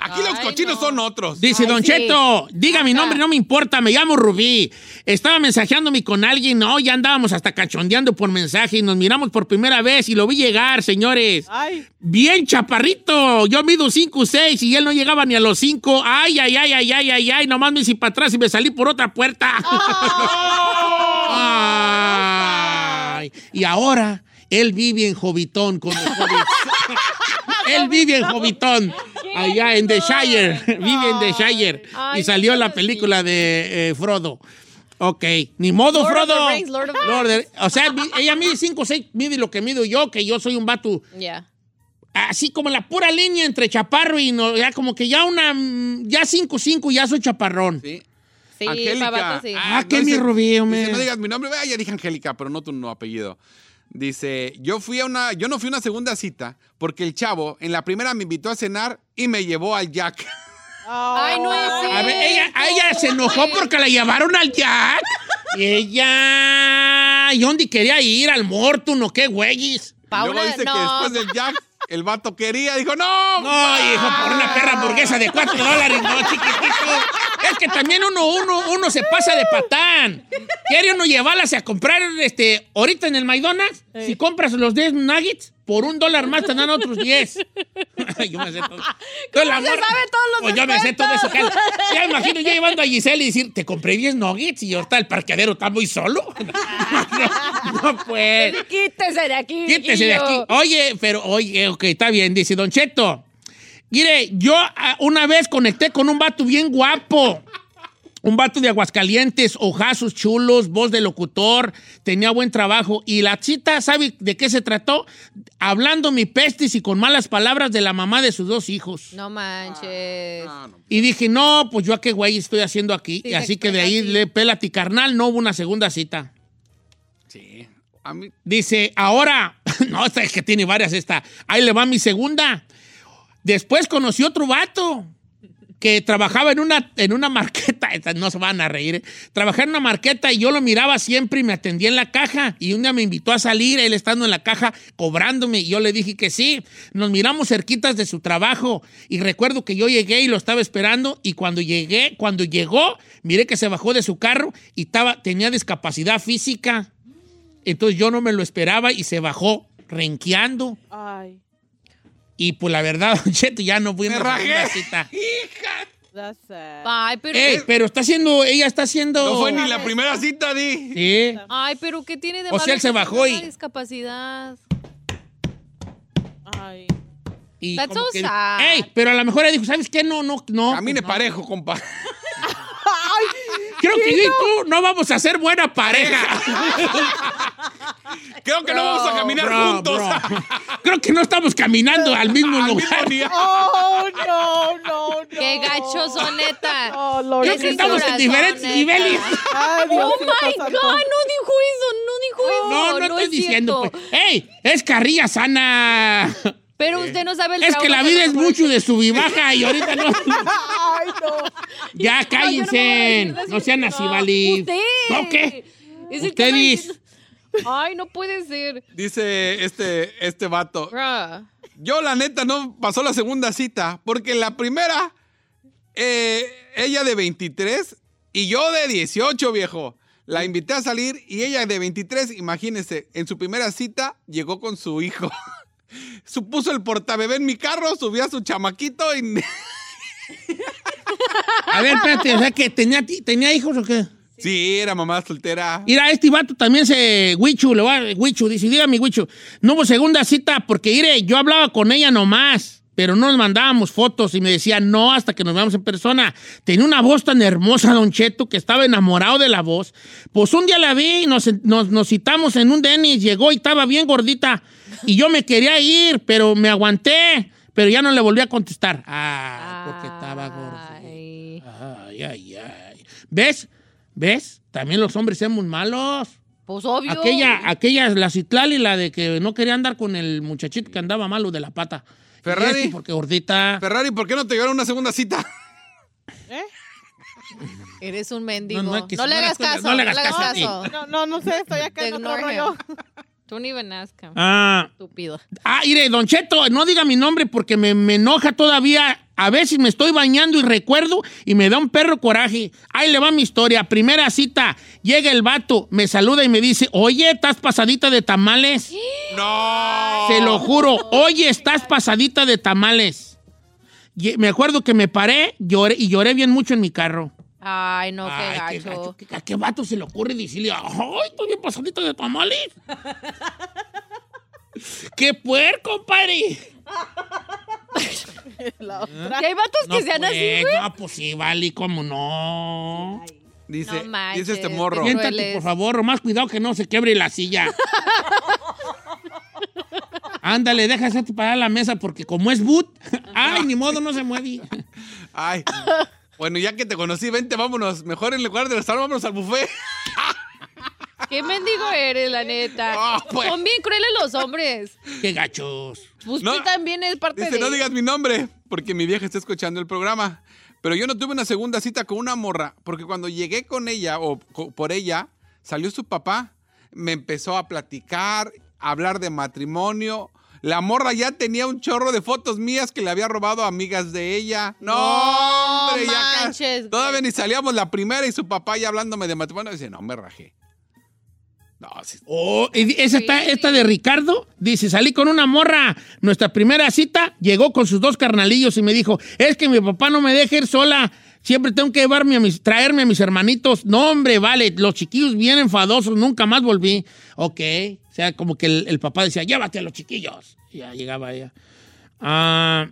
Aquí los cochinos son otros. Dice Don Cheto, diga mi nombre, no me importa, me llamo Rubí. Estaba mensajeándome con alguien, no, ya andábamos hasta cachondeando por mensaje y nos miramos por primera vez y lo vi llegar, señores. Ay. Bien chaparrito, yo mido 5 6 y él no llegaba ni a los 5. Ay, ay, ay, ay, ay, ay, ay, nomás me hice para atrás y me salí por otra puerta. Ay, Y ahora él vive en Jovitón con los jóvenes. Él vive en Jovitón, allá en The Shire. Vive en The Shire. Ay, Y salió la película de eh, Frodo. Ok, ni modo, Lord of the Frodo. Rings, Lord of the Lord of- O sea, mi- ella mide 5 6, mide lo que mido yo, que yo soy un vato. Ya. Así como la pura línea entre chaparro y no, ya como que ya una, mm, ya 5 5, ya soy chaparrón. Sí, Angélica. para vato, sí. Ah, que mi Rubí, hombre. dice, no digas mi nombre, vea, ya dije Angélica, pero no tu no apellido. Dice, yo fui a una, yo no fui a una segunda cita porque el chavo en la primera me invitó a cenar y me llevó al Jack. Ay, no es cierto. A ver, ella, a ella se enojó porque la llevaron al Jack. Y ella. ¿Y dónde quería ir? ¿Al Mortun o qué, güeyes? Paula, Luego dice que no. después del Jack, el vato quería. Dijo, no. No, hijo, por una perra hamburguesa de 4 dólares. No, chiquitito. Es que también uno, uno, uno se pasa de patán. Quiere uno llevarlas a comprar este, ahorita en el McDonald's. Si compras los 10 nuggets, por un dólar más te dan otros 10. Yo me sé todo. Pues Entonces, la se morra- sabe todos los Pues yo me sé todo eso. expertos? Carla. Ya me imagino yo llevando a Giselle y decir, te compré 10 nuggets y ahorita el parqueadero está muy solo. no, pues. Quítese de aquí. Quítese de aquí. niño. Oye, pero oye, ok, está bien, dice Don Cheto. Mire, yo ah, una vez conecté con un vato bien guapo. Un vato de Aguascalientes, ojazos chulos, voz de locutor, tenía buen trabajo. Y la chita, ¿sabe de qué se trató? Hablando mi pestis y con malas palabras de la mamá de sus dos hijos. No manches. Y dije, Ah, no, pues yo a qué güey estoy haciendo aquí. Sí, Y te así que de ahí le pelati carnal, no hubo una segunda cita. Sí. A mí, Dice, ahora, no, esta es que tiene varias esta. Ahí le va mi segunda. Después conocí otro vato que trabajaba en una, en una marqueta. Estas no se van a reír. ¿eh? Trabajaba en una marqueta y yo lo miraba siempre y me atendía en la caja. Y un día me invitó a salir, él estando en la caja cobrándome. Y yo le dije que sí. Nos miramos cerquitas de su trabajo. Y recuerdo que yo llegué y lo estaba esperando. Y cuando llegué, cuando llegó, miré que se bajó de su carro y estaba, tenía discapacidad física. Entonces yo no me lo esperaba y se bajó renqueando. Ay. Y pues la verdad, Don Cheto, ya no fui a Me una segunda rajé. cita. That's sad. Ay, pero. Ey, pero está haciendo, ella está haciendo. No fue ni la primera cita, Di. Sí. Ay, pero ¿qué tiene de O sea, malo él se que bajó tenga y- discapacidad? Ay. Y That's como so que- sad. Ey, pero a lo mejor ella dijo, ¿sabes qué? No, no, no. Camine parejo, compa. Creo que yo y tú no vamos a ser buena pareja. Creo que no vamos a caminar Bro, juntos. bro. Creo que no estamos caminando al mismo lugar. Oh, no, no, no. Qué gachos son, neta. Oh, Lord, Creo que estamos en diferentes niveles. Ay, Oh Diosito my santo. God, no dijo eso. no, no, no estoy es diciendo. cierto. pues. ¡Ey! ¡Es carrilla sana! Pero usted no sabe el Es que trauma la vida le es pone. mucho de sub y baja y ahorita no. Ay, no. ya Ah, cállense. No, sean así, vale. Usted. ¿No qué? Es el que anda Ustedes. diciendo- Ay, no puede ser. Dice este, este vato. Bruh. Yo, la neta, no pasó la segunda cita. Porque la primera, eh, ella de 23 y yo de 18, viejo. La invité a salir y ella de 23, imagínense, en su primera cita llegó con su hijo. Supuso el portabebé en mi carro, subía a su chamaquito y. A ver, espérate, o sea que tenía, ti- tenía hijos o qué? Sí, era mamá soltera. Mira, este vato también se. Huichu, le va. Huichu, dice, dígame, Huichu. No hubo segunda cita porque, mire, yo hablaba con ella nomás, pero no nos mandábamos fotos y me decía no hasta que nos veamos en persona. Tenía una voz tan hermosa, Don Cheto, que estaba enamorado de la voz. Pues un día la vi y nos, nos, nos citamos en un Denis. Llegó y estaba bien gordita. Y yo me quería ir, pero me aguanté. Pero ya no le volví a contestar. Ah, porque estaba gordita. Ay, ay, ay. ¿Ves? ¿Ves? También los hombres somos malos. Pues obvio. Aquella, aquella, la Citlali, la de que no quería andar con el muchachito que andaba malo de la pata. Ferrari. Y este porque gordita. Ferrari, ¿por qué no te llevaron a una segunda cita? Eres un mendigo. No, No, no, es que si le no eres hagas tú, caso. no le hagas caso. caso a No, no, no sé, estoy acá en otro Ignore rollo. him. Don't even ask him. Ah. Estúpido. Ah, mire, Don Cheto, no diga mi nombre porque me, me enoja todavía. A veces me estoy bañando y recuerdo y me da un perro coraje. Ahí le va mi historia. Primera cita, llega el vato, me saluda y me dice, oye, ¿estás pasadita de tamales? No. Se lo juro, oye, estás pasadita de tamales. Y me acuerdo que me paré lloré, y lloré bien mucho en mi carro. Ay, no, qué Ay, gacho. qué, ¿A qué vato pues, se le ocurre decirle, ay, estoy bien pasadita de tamales? ¡Qué puerco, compadre! Que hay vatos que sean así, güey. ¿Ah? No, pues sí, vale, cómo no. Dice, No manches, dice este morro. qué Siéntate, crueles. por favor, más cuidado que no se quiebre la silla. Ándale, déjase para allá la mesa porque como es boot, ay, ni modo, no se mueve. Ay. Bueno, ya que te conocí, vente, vámonos. Mejor en lugar de estar, vámonos al buffet. Qué mendigo eres, la neta. Ah, pues. Son bien crueles los hombres. Qué gachos. Pues No, tú también es parte Dice, de... no digas mi nombre, porque mi vieja está escuchando el programa. Pero yo no tuve una segunda cita con una morra, porque cuando llegué con ella o co- por ella, salió su papá, me empezó a platicar, a hablar de matrimonio. La morra ya tenía un chorro de fotos mías que le había robado a amigas de ella. No, No hombre, ya ca- manches, güey. Todavía ni salíamos la primera y su papá ya hablándome de matrimonio. Dice, no, me rajé. No, sí. Oh, y di- esa está, esta de Ricardo dice, salí con una morra. Nuestra primera cita llegó con sus dos carnalillos y me dijo, es que mi papá no me deja ir sola. Siempre tengo que llevarme a mis, traerme a mis hermanitos. No, hombre, vale, los chiquillos bien enfadosos, nunca más volví. Ok, o sea, como que el, el papá decía, llévate a los chiquillos. Y ya llegaba ella. Ah,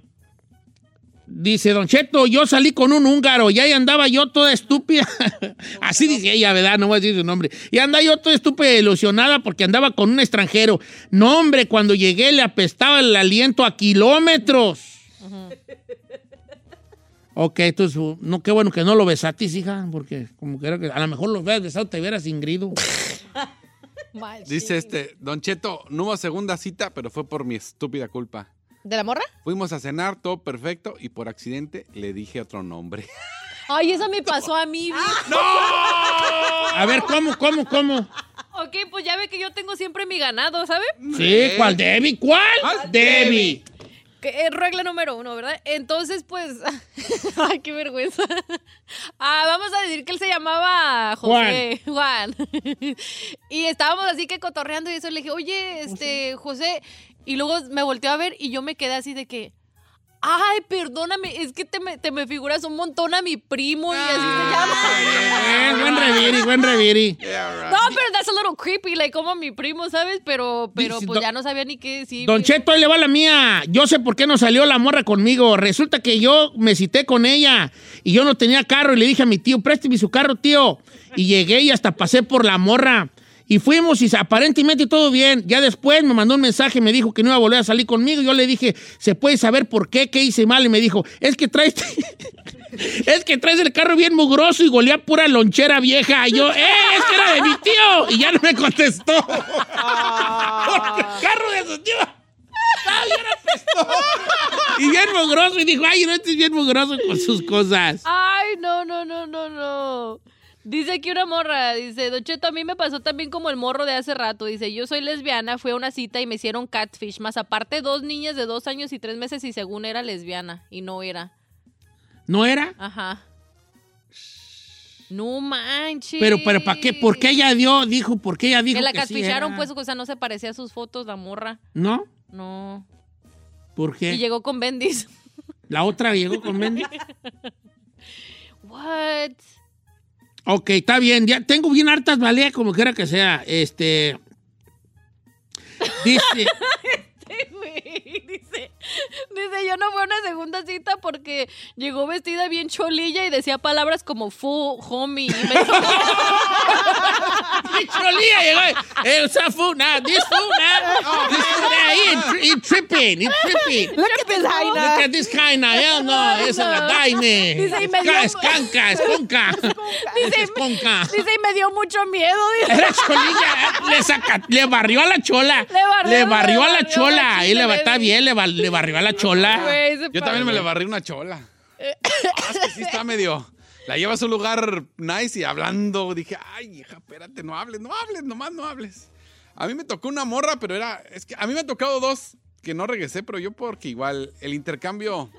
dice, Don Cheto, yo salí con un húngaro y ahí andaba yo toda estúpida. Así dice ella, ¿verdad? No voy a decir su nombre. Y andaba yo toda estúpida y ilusionada porque andaba con un extranjero. No, hombre, cuando llegué le apestaba el aliento a kilómetros. Ok, entonces, uh, no, qué bueno que no lo besatis, hija, porque como que, era que a lo mejor lo hubieras besado, te hubieras ingrido. Mal, Dice este, Don Cheto, no hubo segunda cita, pero fue por mi estúpida culpa. ¿De la morra? Fuimos a cenar, todo perfecto, y por accidente le dije otro nombre. Ay, esa me pasó a mí. Ah, viejo. A ver, ¿cómo, cómo, cómo? Ok, pues ya ve que yo tengo siempre mi ganado, ¿sabe? Sí, ¿cuál, Debbie? ¿Cuál? ¿Cuál? Debbie. Que es regla número uno, ¿verdad? Entonces, pues. Ay, qué vergüenza. Ah, vamos a decir que él se llamaba José. Juan. y estábamos así que cotorreando y eso. Le dije, oye, este, José. Y luego me volteó a ver y yo me quedé así de que. Ay, perdóname, es que te me, te me figuras un montón a mi primo y así se Eh, llama. buen reviri, buen reviri. No, pero that's a little creepy, like como mi primo, ¿sabes? Pero, pero Dice, pues don- ya no sabía ni qué decir. Don Cheto, ahí le va la mía. Yo sé por qué no salió la morra conmigo. Resulta que yo me cité con ella y yo no tenía carro y le dije a mi tío, présteme su carro, tío. Y llegué y hasta pasé por la morra. Y fuimos y aparentemente todo bien. Ya después me mandó un mensaje, me dijo que no iba a volver a salir conmigo. Yo le dije, ¿se puede saber por qué? ¿Qué hice mal? Y me dijo, es que traes... Es que traes el carro bien mugroso y golía pura lonchera vieja. Y yo, ¡eh! Es que era de mi tío. Y ya no me contestó. Porque el carro de su tío. estaba bien apestoso. Y bien mugroso. Y dijo, ay, no, este es bien mugroso con sus cosas. Ay, no, no, no, no, no. Dice aquí una morra, dice, Don Cheto, a mí me pasó también como el morro de hace rato. Dice, yo soy lesbiana, fui a una cita y me hicieron catfish. Más aparte, dos niñas de dos años y tres meses y según era lesbiana. Y no era. ¿No era? Ajá. No manches. Pero, pero ¿para qué? ¿Por qué ella dio? Dijo, ¿por qué ella dijo Me la que sí catfisharon, era? pues, o sea, no se parecía a sus fotos, la morra. ¿No? No. ¿Por qué? Y llegó con Bendis. La otra llegó con Mendy. What? Ok, está bien. Ya tengo bien hartas baleas, como quiera que sea. Este. Dice. Este güey, dice, dice, yo no fui a una segunda cita porque llegó vestida bien cholilla y decía palabras como fu, homie. Y me cholilla llegó. eh, o sea, fool, nah, this fool, nah, this fool, nah, he in- he, tripping, he tripping. Look at this hyena. Look at this hyena, hell no, esa es la daime. Dice, y me dio- Es canca, es conca. dice, Es conca. dice, y me dio mucho miedo. dice. Era cholilla, ¿eh? Ah, le, saca- le barrió a la chola. Le barrió, Le barrió a le la barrió chola. Ahí le va, baby. está bien, le, ba- le barrió a la chola. Güey, se Yo pasó. también me le barrí una chola. Ah, es que sí está medio. La llevas a un lugar nice y hablando. Dije, "Ah, ay, hija, espérate, no hables, no hables, nomás no hables. A mí me tocó una morra, pero era. Es que a mí me han tocado dos que no regresé, pero yo porque igual el intercambio.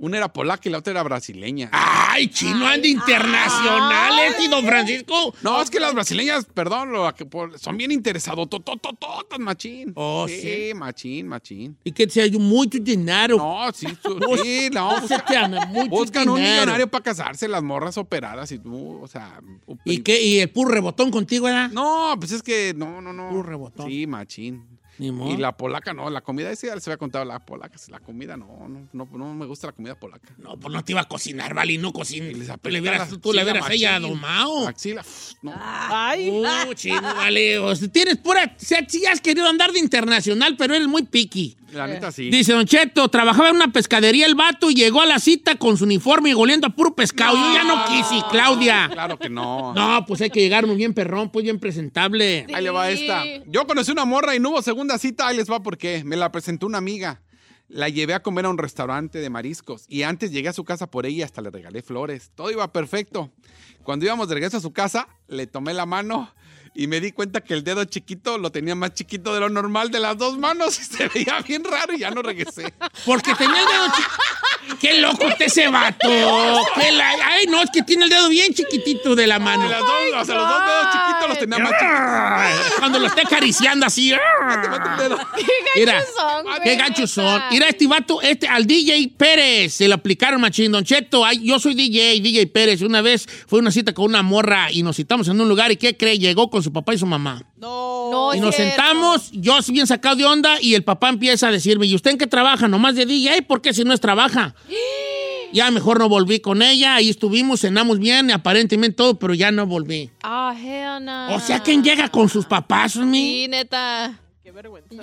Una era polaca y la otra era brasileña. ¡Ay, chino anda internacional, este don Francisco! No, es que las brasileñas, perdón, lo que por- son bien interesados. Tototototas, machín. Oh, sí. machín, machín. Y que se hay mucho dinero. No, sí, su- Bus- sí, no. se te ama mucho Buscan un dinero. millonario para casarse, las morras operadas y tú, o sea. ¿Y qué? ¿Y el puro rebotón contigo era? No, pues es que no, no, no. Puro rebotón. Sí, machín. Ni modo. Y la polaca no, la comida, ese ya se había contado, la polaca, la comida no, no, no, no me gusta la comida polaca. No, pues no te iba a cocinar, vale, y no cocina. les Tú apesta le vieras, la tú le axila, vieras a ella machín. domado. Axila, pff, no. Ay. Uh, chino, vale. O sea, tienes pura. Si si has querido andar de internacional, pero eres muy piqui. La neta sí. Dice Don Cheto, trabajaba en una pescadería el vato y llegó a la cita con su uniforme y goleando a puro pescado. Yo ya no quise, Claudia. Ah, Claro que no. No, pues hay que llegar muy bien perrón, pues bien presentable. Ahí le va Sí. esta. Yo conocí una morra y no hubo segunda cita. Ahí les va por qué. Me la presentó una amiga. La llevé a comer a un restaurante de mariscos y antes llegué a su casa por ella y hasta le regalé flores. Todo iba perfecto. Cuando íbamos de regreso a su casa, le tomé la mano y me di cuenta que el dedo chiquito lo tenía más chiquito de lo normal de las dos manos y se veía bien raro y ya no regresé. Porque tenía el dedo chiquito. ¡Qué loco está ese vato! ¡Qué la- ¡Ay, no! Es que tiene el dedo bien chiquitito de la mano. De las dos, o sea, los dos dedos chiquitos los tenía más chiquitos. Cuando lo esté acariciando así. Qué Mira, Ah, gachos son, güey, qué gachos son. neta. Mira, este vato, este, al DJ Pérez se le aplicaron machín. Don Cheto, ay, yo soy DJ, DJ Pérez. Una vez fue una cita con una morra y nos citamos en un lugar. ¿Y qué cree? Llegó con su papá y su mamá. No. No, y nos Oh, cierto. sentamos, yo así bien sacado de onda, y el papá empieza a decirme, ¿y usted en qué trabaja? Nomás de DJ, ¿por qué si no es trabaja? ya mejor no volví con ella, ahí estuvimos, cenamos bien, aparentemente todo, pero ya no volví. Ah, hell no. O sea, ¿quién llega con sus papás, mi? Sí, neta. Qué vergüenza.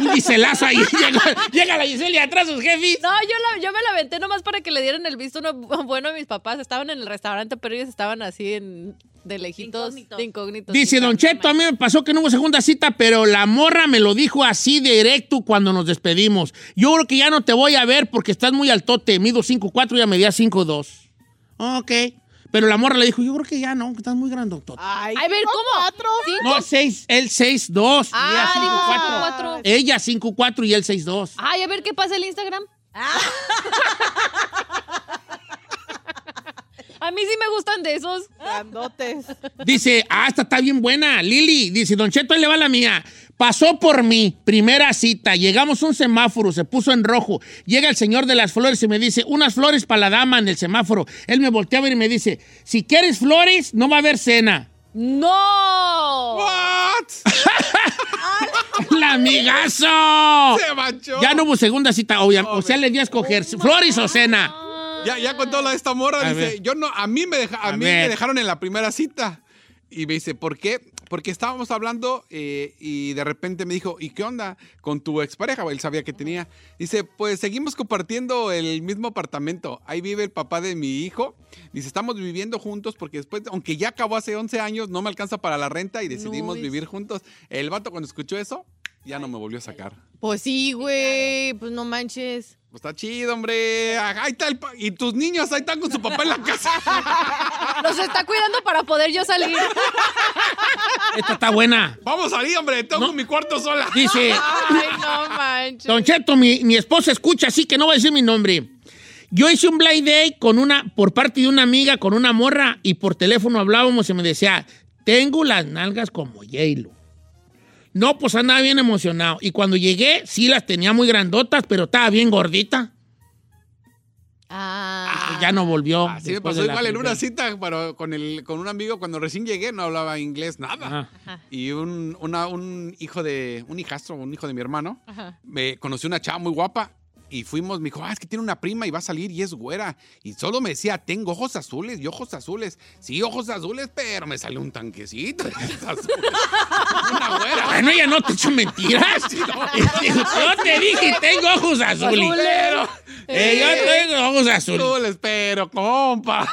Un biselazo ahí, llega, llega la Giselle y atrás sus jefes. No, yo, la, yo me la aventé nomás para que le dieran el visto no- bueno a mis papás. Estaban en el restaurante, pero ellos estaban así en, de lejitos, de incógnitos. Dice Don Cheto, a mí me pasó que no hubo segunda cita, pero la morra me lo dijo así directo cuando nos despedimos. Yo creo que ya no te voy a ver porque estás muy altote. Mido 5'4 y ya medía 5'2. Ok. Pero la morra le dijo, yo creo que ya no, que estás muy grandotote. Ay, A ver, cinco, ¿cómo? cuatro. Sí. No, seis, él 6'2. Ah, dijo ella 5'4. cuatro. Eh, Ella 5'4 y él 6'2. Ay, a ver qué pasa el Instagram. Ah. A mí sí me gustan de esos. Grandotes. Dice, ah, esta está bien buena, Lili. Dice, Don Cheto, ahí le va la mía. Pasó por mí, primera cita. Llegamos a un semáforo, se puso en rojo. Llega el señor de las flores y me dice, unas flores para la dama en el semáforo. Él me voltea a ver y me dice, si quieres flores, no va a haber cena. ¡No! ¿What? ¡La amigazo! Se manchó. Ya no hubo segunda cita, obvia- o sea, le dio a escoger flores o cena. Ya, ya contó la de esta morra, A dice, ver. yo no, a mí me deja- a A mí ver. me dejaron en la primera cita. Y me dice, ¿por qué? Porque estábamos hablando eh, y de repente me dijo, ¿y qué onda con tu expareja? Él sabía que tenía. Dice, pues seguimos compartiendo el mismo apartamento. Ahí vive el papá de mi hijo. Dice, estamos viviendo juntos porque después, aunque ya acabó hace 11 años, no me alcanza para la renta y decidimos dice. vivir juntos. El vato cuando escuchó eso, ya no me volvió a sacar. Pues sí, güey. Pues no manches. Pues está chido, hombre. Ah, Ahí está el pa- y tus niños ahí están con su papá en la casa. Los está cuidando para poder yo salir. Esta está buena. Vamos a salir, hombre. Tengo mi cuarto sola. Dice, Ay, no manches. Don Cheto, mi, mi esposa escucha, así que no voy a decir mi nombre. Yo hice un blind day con una, por parte de una amiga con una morra y por teléfono hablábamos y me decía, tengo las nalgas como J-Lo. No, pues andaba bien emocionado. Y cuando llegué, sí las tenía muy grandotas, pero estaba bien gordita. Ah. Y ya no volvió. Así me después pasó de la igual en una primera. cita pero con, el, con un amigo cuando recién llegué, no hablaba inglés, nada. Y un, una- un hijo de, un hijastro, un hijo de mi hermano, Ajá. me conoció una chava muy guapa y fuimos, me dijo, ah, es que tiene una prima y va a salir y es güera. Y solo me decía, tengo ojos azules y ojos azules. Sí, ojos azules, pero me sale un tanquecito. de ojos azules. una güera. Bueno, ella Ah, no te echó mentiras. Sí, no. yo te dije, tengo ojos azules. Azules. Pero, eh, yo tengo ojos azules. Azules, pero compa.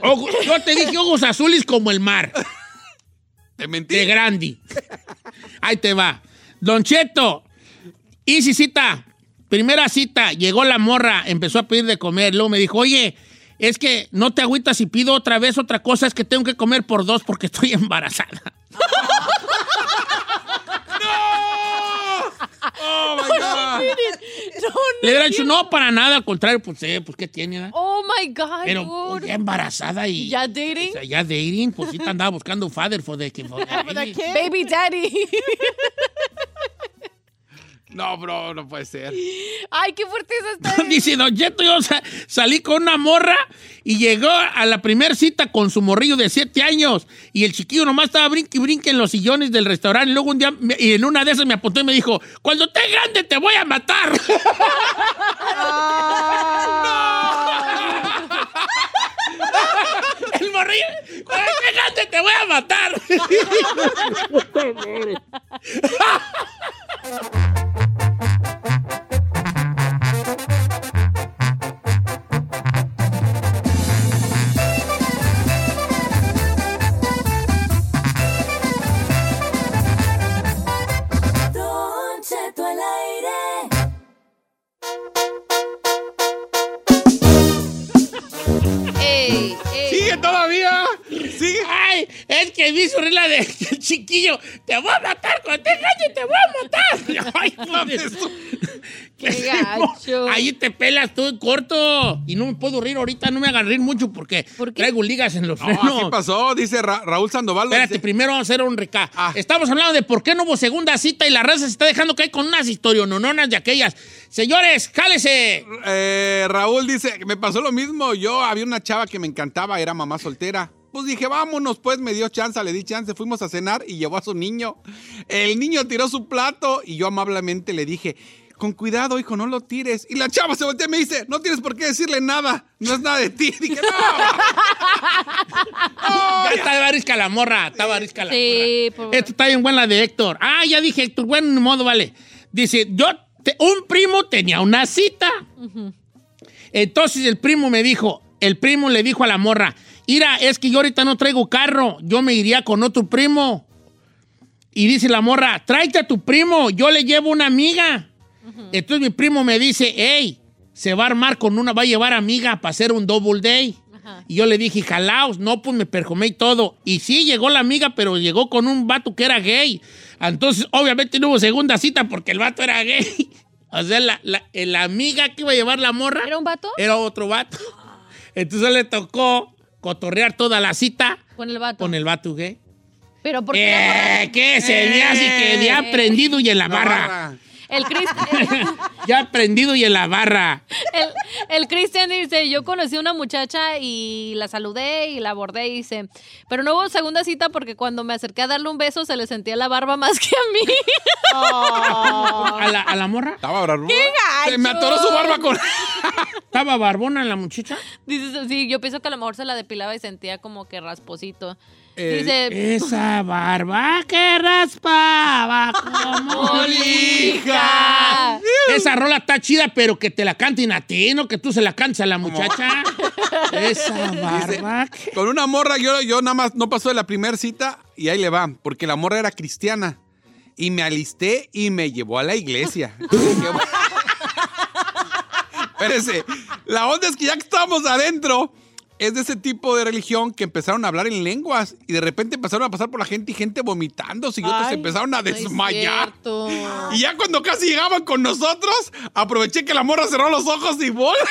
Ojo- yo te dije ojos azules como el mar. Te mentí. De Grandi. Ahí te va. Don Cheto, hice cita. Primera cita, llegó la morra, empezó a pedir de comer. Luego me dijo, oye, es que no te agüitas si pido otra vez otra cosa, es que tengo que comer por dos porque estoy embarazada. Oh, my God. No, Le hubiera dicho, no, para nada, al contrario, pues, eh, pues ¿qué tiene? eh? Oh my God. Pero dude. pues, ya embarazada y ¿Ya dating? o sea, ya dating, pues sí te andaba buscando father for the... for the baby. Baby daddy. No, bro, no puede ser. Ay, qué fuerte es esta. Dice Don Cheto, yo sa- salí con una morra y llegó a la primer cita con su morrillo de siete años. Y el chiquillo nomás estaba brinque y brinque en los sillones del restaurante. Luego un día, me- y en una de esas me apuntó y me dijo, cuando estés grande te voy a matar. ¡No! el morrillo, cuando estés grande te voy a matar. Don Cheto al aire. Ey, ey. ¡Sigue todavía! ¡Sigue! Ay, es que vi su regla de el chiquillo. Te voy a matar cuando te engañe, te voy a matar. Ay, mames. Qué gacho. Ahí te pelas tú en corto. Y no me puedo reír ahorita, no me hagan reír mucho porque traigo ligas en los No, frenos. así pasó, dice Ra- Raúl Sandoval. Espérate, dice- primero vamos a hacer un recap. Estamos hablando de por qué no hubo segunda cita y la raza se está dejando caer con unas historionononas de aquellas. Señores, jálese. Eh, Raúl dice, me pasó lo mismo. Yo había una chava que me encantaba, era mamá soltera. Pues dije, vámonos, pues me dio chance, le di chance, fuimos a cenar y llevó a su niño. El niño tiró su plato y yo amablemente le dije, con cuidado, hijo, no lo tires. Y la chava se voltea y me dice, no tienes por qué decirle nada, no es nada de ti. Dije, no. Ya está barisca la morra, está barisca la Sí, morra. por- Esto está bien buena la de Héctor. Ah, ya dije Héctor, bueno, ni modo, vale. Dice, yo, te- un primo tenía una cita. Entonces el primo me dijo, el primo le dijo a la morra, Ira, es que yo ahorita no traigo carro, yo me iría con otro primo. Y dice la morra, tráete a tu primo, yo le llevo una amiga. Entonces mi primo me dice, hey, se va a armar con una, va a llevar amiga para hacer un double day. Y yo le dije, jalaos, no, pues me perjomé y todo. Y sí, llegó la amiga, pero llegó con un vato que era gay. Entonces, obviamente no hubo segunda cita porque el vato era gay. O sea, la, la- la amiga que iba a llevar la morra ¿Era un vato? Ah. era otro vato. Entonces le tocó cotorrear toda la cita Con el vato. con el vato gay. Pero porque. Eh, ¿Qué se me hace que había aprendido y en la La barra? barra. El Chris... Ya aprendido y en la barra. El, el Cristian dice, yo conocí a una muchacha y la saludé y la abordé y dice, pero no hubo segunda cita porque cuando me acerqué a darle un beso se le sentía la barba más que a mí. Oh. Ah. ¿A, la, a la morra? Estaba barbuda. ¡Qué Se me atoró su gacho! barba con. ¿Estaba barbona la muchacha? Dice, sí, yo pienso que a lo mejor se la depilaba y sentía como que rasposito. Eh, dice, Esa barba que raspaba como lija. Esa rola está chida, pero que te la canten a ti, no que tú se la cantes a la muchacha. Esa barba. Con una morra, yo, yo nada más no pasó de la primera cita y ahí le va, porque la morra era cristiana. Y me alisté y me llevó a la iglesia. Y dije, "Bueno". Espérese, la onda es que ya que estamos adentro, es de ese tipo de religión que empezaron a hablar en lenguas y de repente empezaron a pasar por la gente y gente vomitando y otros Ay, empezaron a no es desmayar. Y ya cuando casi llegaban con nosotros, aproveché que la morra cerró los ojos y bolas.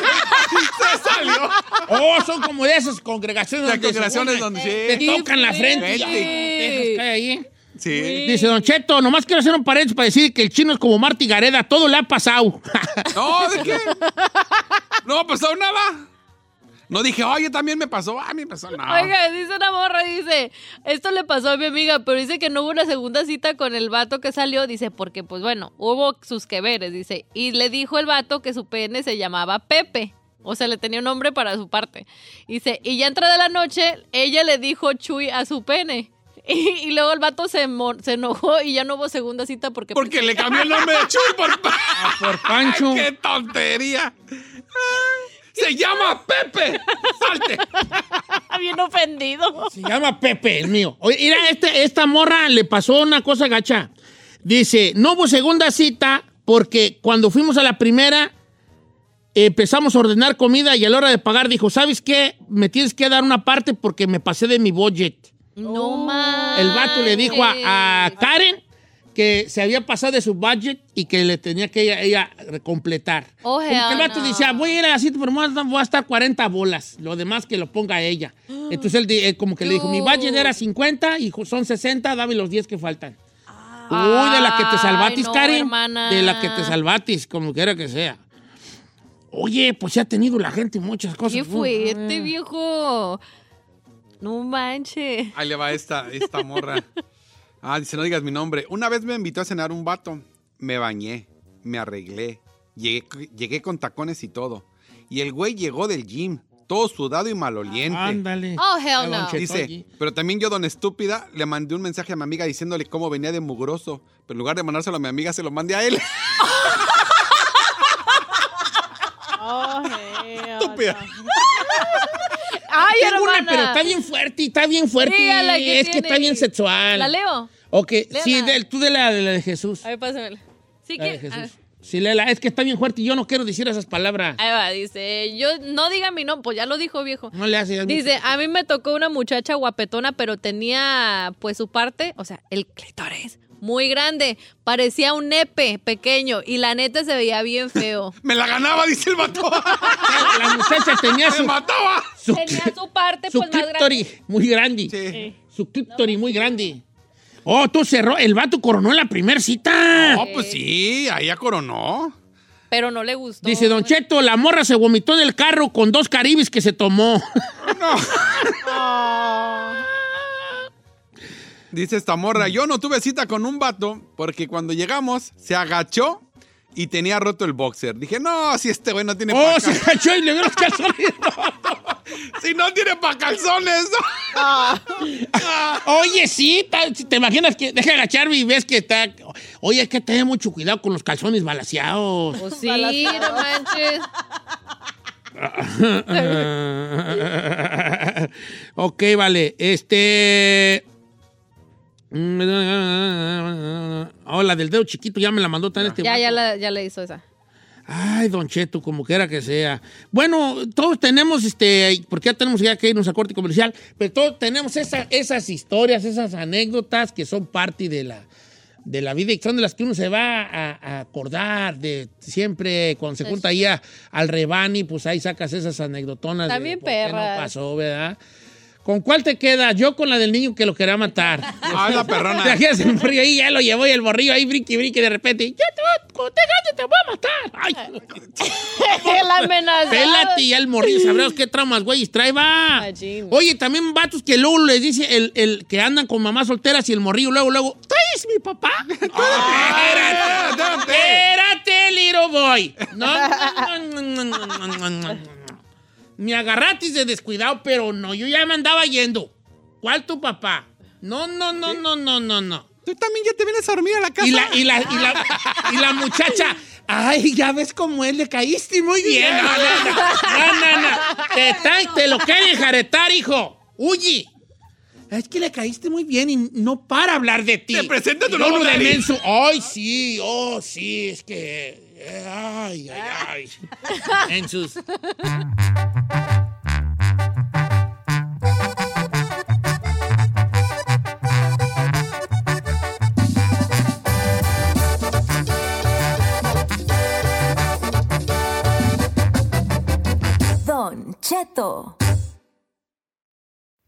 Se salió. Oh, son como de esas congregaciones. Las donde se congregaciones unen, donde Te sí. tocan la Sí, frente. y ya, sí. dejas caer ahí. Sí. Dice Don Cheto, nomás quiero hacer un paréntesis para decir que el chino es como Marty Gareda, todo le ha pasado. No, ¿de qué? No ha pasado nada. No dije, oye, también me pasó. Ah, a mí me pasó nada. Oiga, dice una morra, dice, esto le pasó a mi amiga, pero dice que no hubo una segunda cita con el vato que salió, dice, porque pues bueno, hubo sus que veres, dice, y le dijo el vato que su pene se llamaba Pepe. O sea, le tenía un nombre para su parte. Dice, y ya entrada la noche, ella le dijo Chuy a su pene. Y, y luego el vato se, mo- se enojó y ya no hubo segunda cita porque... pues, Porque le cambió el nombre de Chuy por, Ah, por Pancho. ¡Qué tontería! ¡Se llama Pepe! ¡Salte! Bien ofendido. Se llama Pepe, el mío. Oye, mira, este- esta morra le pasó una cosa gacha. Dice, no hubo segunda cita porque cuando fuimos a la primera empezamos a ordenar comida y a la hora de pagar dijo, ¿sabes qué? Me tienes que dar una parte porque me pasé de mi budget. Oh. No más. El vato le dijo a, a Karen que se había pasado de su budget y que le tenía que ella, ella completar. Oh, Como que el hell vato no. dice, "Ah, voy a ir a la cita, pero más voy a estar 40 bolas. Lo demás que lo ponga ella. Entonces él, di- eh, como que le dijo, mi budget era 50 y ju- son 60, dame los 10 que faltan. Uy, de la que te salvatis, Ah. Ay, no, Karen. hermana. De la que te salvatis, como quiera que sea. Oye, pues se ha tenido la gente muchas cosas. Qué fuerte, Mm. viejo. No manches. Ahí le va esta, esta morra. Ah, dice, no digas mi nombre. Una vez me invitó a cenar un vato. Me bañé, me arreglé, llegué, llegué con tacones y todo. Y el güey llegó del gym, todo sudado y maloliente. Ándale. Oh, hell no. Dice, pero también yo, don estúpida, le mandé un mensaje a mi amiga diciéndole cómo venía de mugroso. Pero en lugar de mandárselo a mi amiga, se lo mandé a él. Estúpida. Oh, Ay, Tengo una, hermana. pero está bien fuerte, está bien fuerte. Dígala, ¿qué es que tiene? está bien sexual. ¿La leo? Ok, Léala. sí, del- tú de la, de la de Jesús. A ver, pásamela. Sí La de que... a ver. Jesús. Sí, léela. Es que está bien fuerte y yo no quiero decir esas palabras. ah, Ahí va, dice, yo no diga mi nombre, pues ya lo dijo viejo. No le haces. Dice, a mí me tocó una muchacha guapetona, pero tenía pues su parte, o sea, el clítoris muy grande, parecía un nepe pequeño y la neta se veía bien feo. Me la ganaba, dice el vato. La muchacha tenía su. Me mataba. Su, tenía su parte su pues más grande. clítoris muy grande. Su clítoris muy grande. Oh, tú cerró. El vato coronó en la primera cita. No, pues sí, ahí ya coronó. Pero no le gustó. Dice Don Cheto, la morra se vomitó en el carro con dos caribis que se tomó. Dice esta Mm. morra, yo no tuve cita con un vato porque cuando llegamos se agachó y tenía roto el boxer. Dije, no, si este güey no tiene Oh, pa' se cal- agachó y le dio los calzones. Si no tiene pa' calzones. Ah. Oye, sí, ta- si te imaginas que deja agacharme y ves que está. Oye, hay que tener mucho cuidado con los calzones balaseados. Pues sí, no manches. ok, vale. Este. Oh, la del dedo chiquito ya me la mandó tan este Ya, guapo. ya la, ya le hizo esa. Ay, Don Cheto, como quiera que sea. Bueno, todos tenemos, este, porque ya tenemos ya que irnos a corte comercial, pero todos tenemos esa- esas historias, esas anécdotas que son parte de la, de la vida y son de las que uno se va a, a acordar de siempre cuando se Sí. junta ahí a- al rebani, pues ahí sacas esas anecdotonas. de También por qué perras. No pasó, ¿verdad? ¿Con cuál te queda? Yo con la del niño que lo quería matar. Ah, la perrona. Te imaginas el morrillo ahí, ya lo llevó y el morrillo ahí, brinqui, brinqui, de repente. Ya te voy, cuando te grande te voy a matar. Ay. La amenazaba. Pélate y ya el morrillo. Sabrás qué tramas, güey, trae va. Oye, también vatos que luego les dice el, el que andan con mamás solteras y el morrillo luego, luego, ¿tú eres mi papá? Ah, Espérate, espérate, little boy. No, no, no, no, no, no, no, no. Me agarratis de descuidado, pero no, yo ya me andaba yendo. ¿Cuál tu papá? No, no, no, no, no, no, no. Tú también ya te vienes a dormir a la casa. Y la, y la, y la, y la muchacha, ay, ya ves cómo es, le caíste muy bien. No, no, no, no, no, no. Te, tra- te lo quieren jaretar, hijo. Huye. Es que le caíste muy bien y no para hablar de ti. Te presento tu nuevo nuevo de daddy. menso. Ay, sí, oh, sí, es que... eh, Ay, ay, ay. En sus... Don Cheto.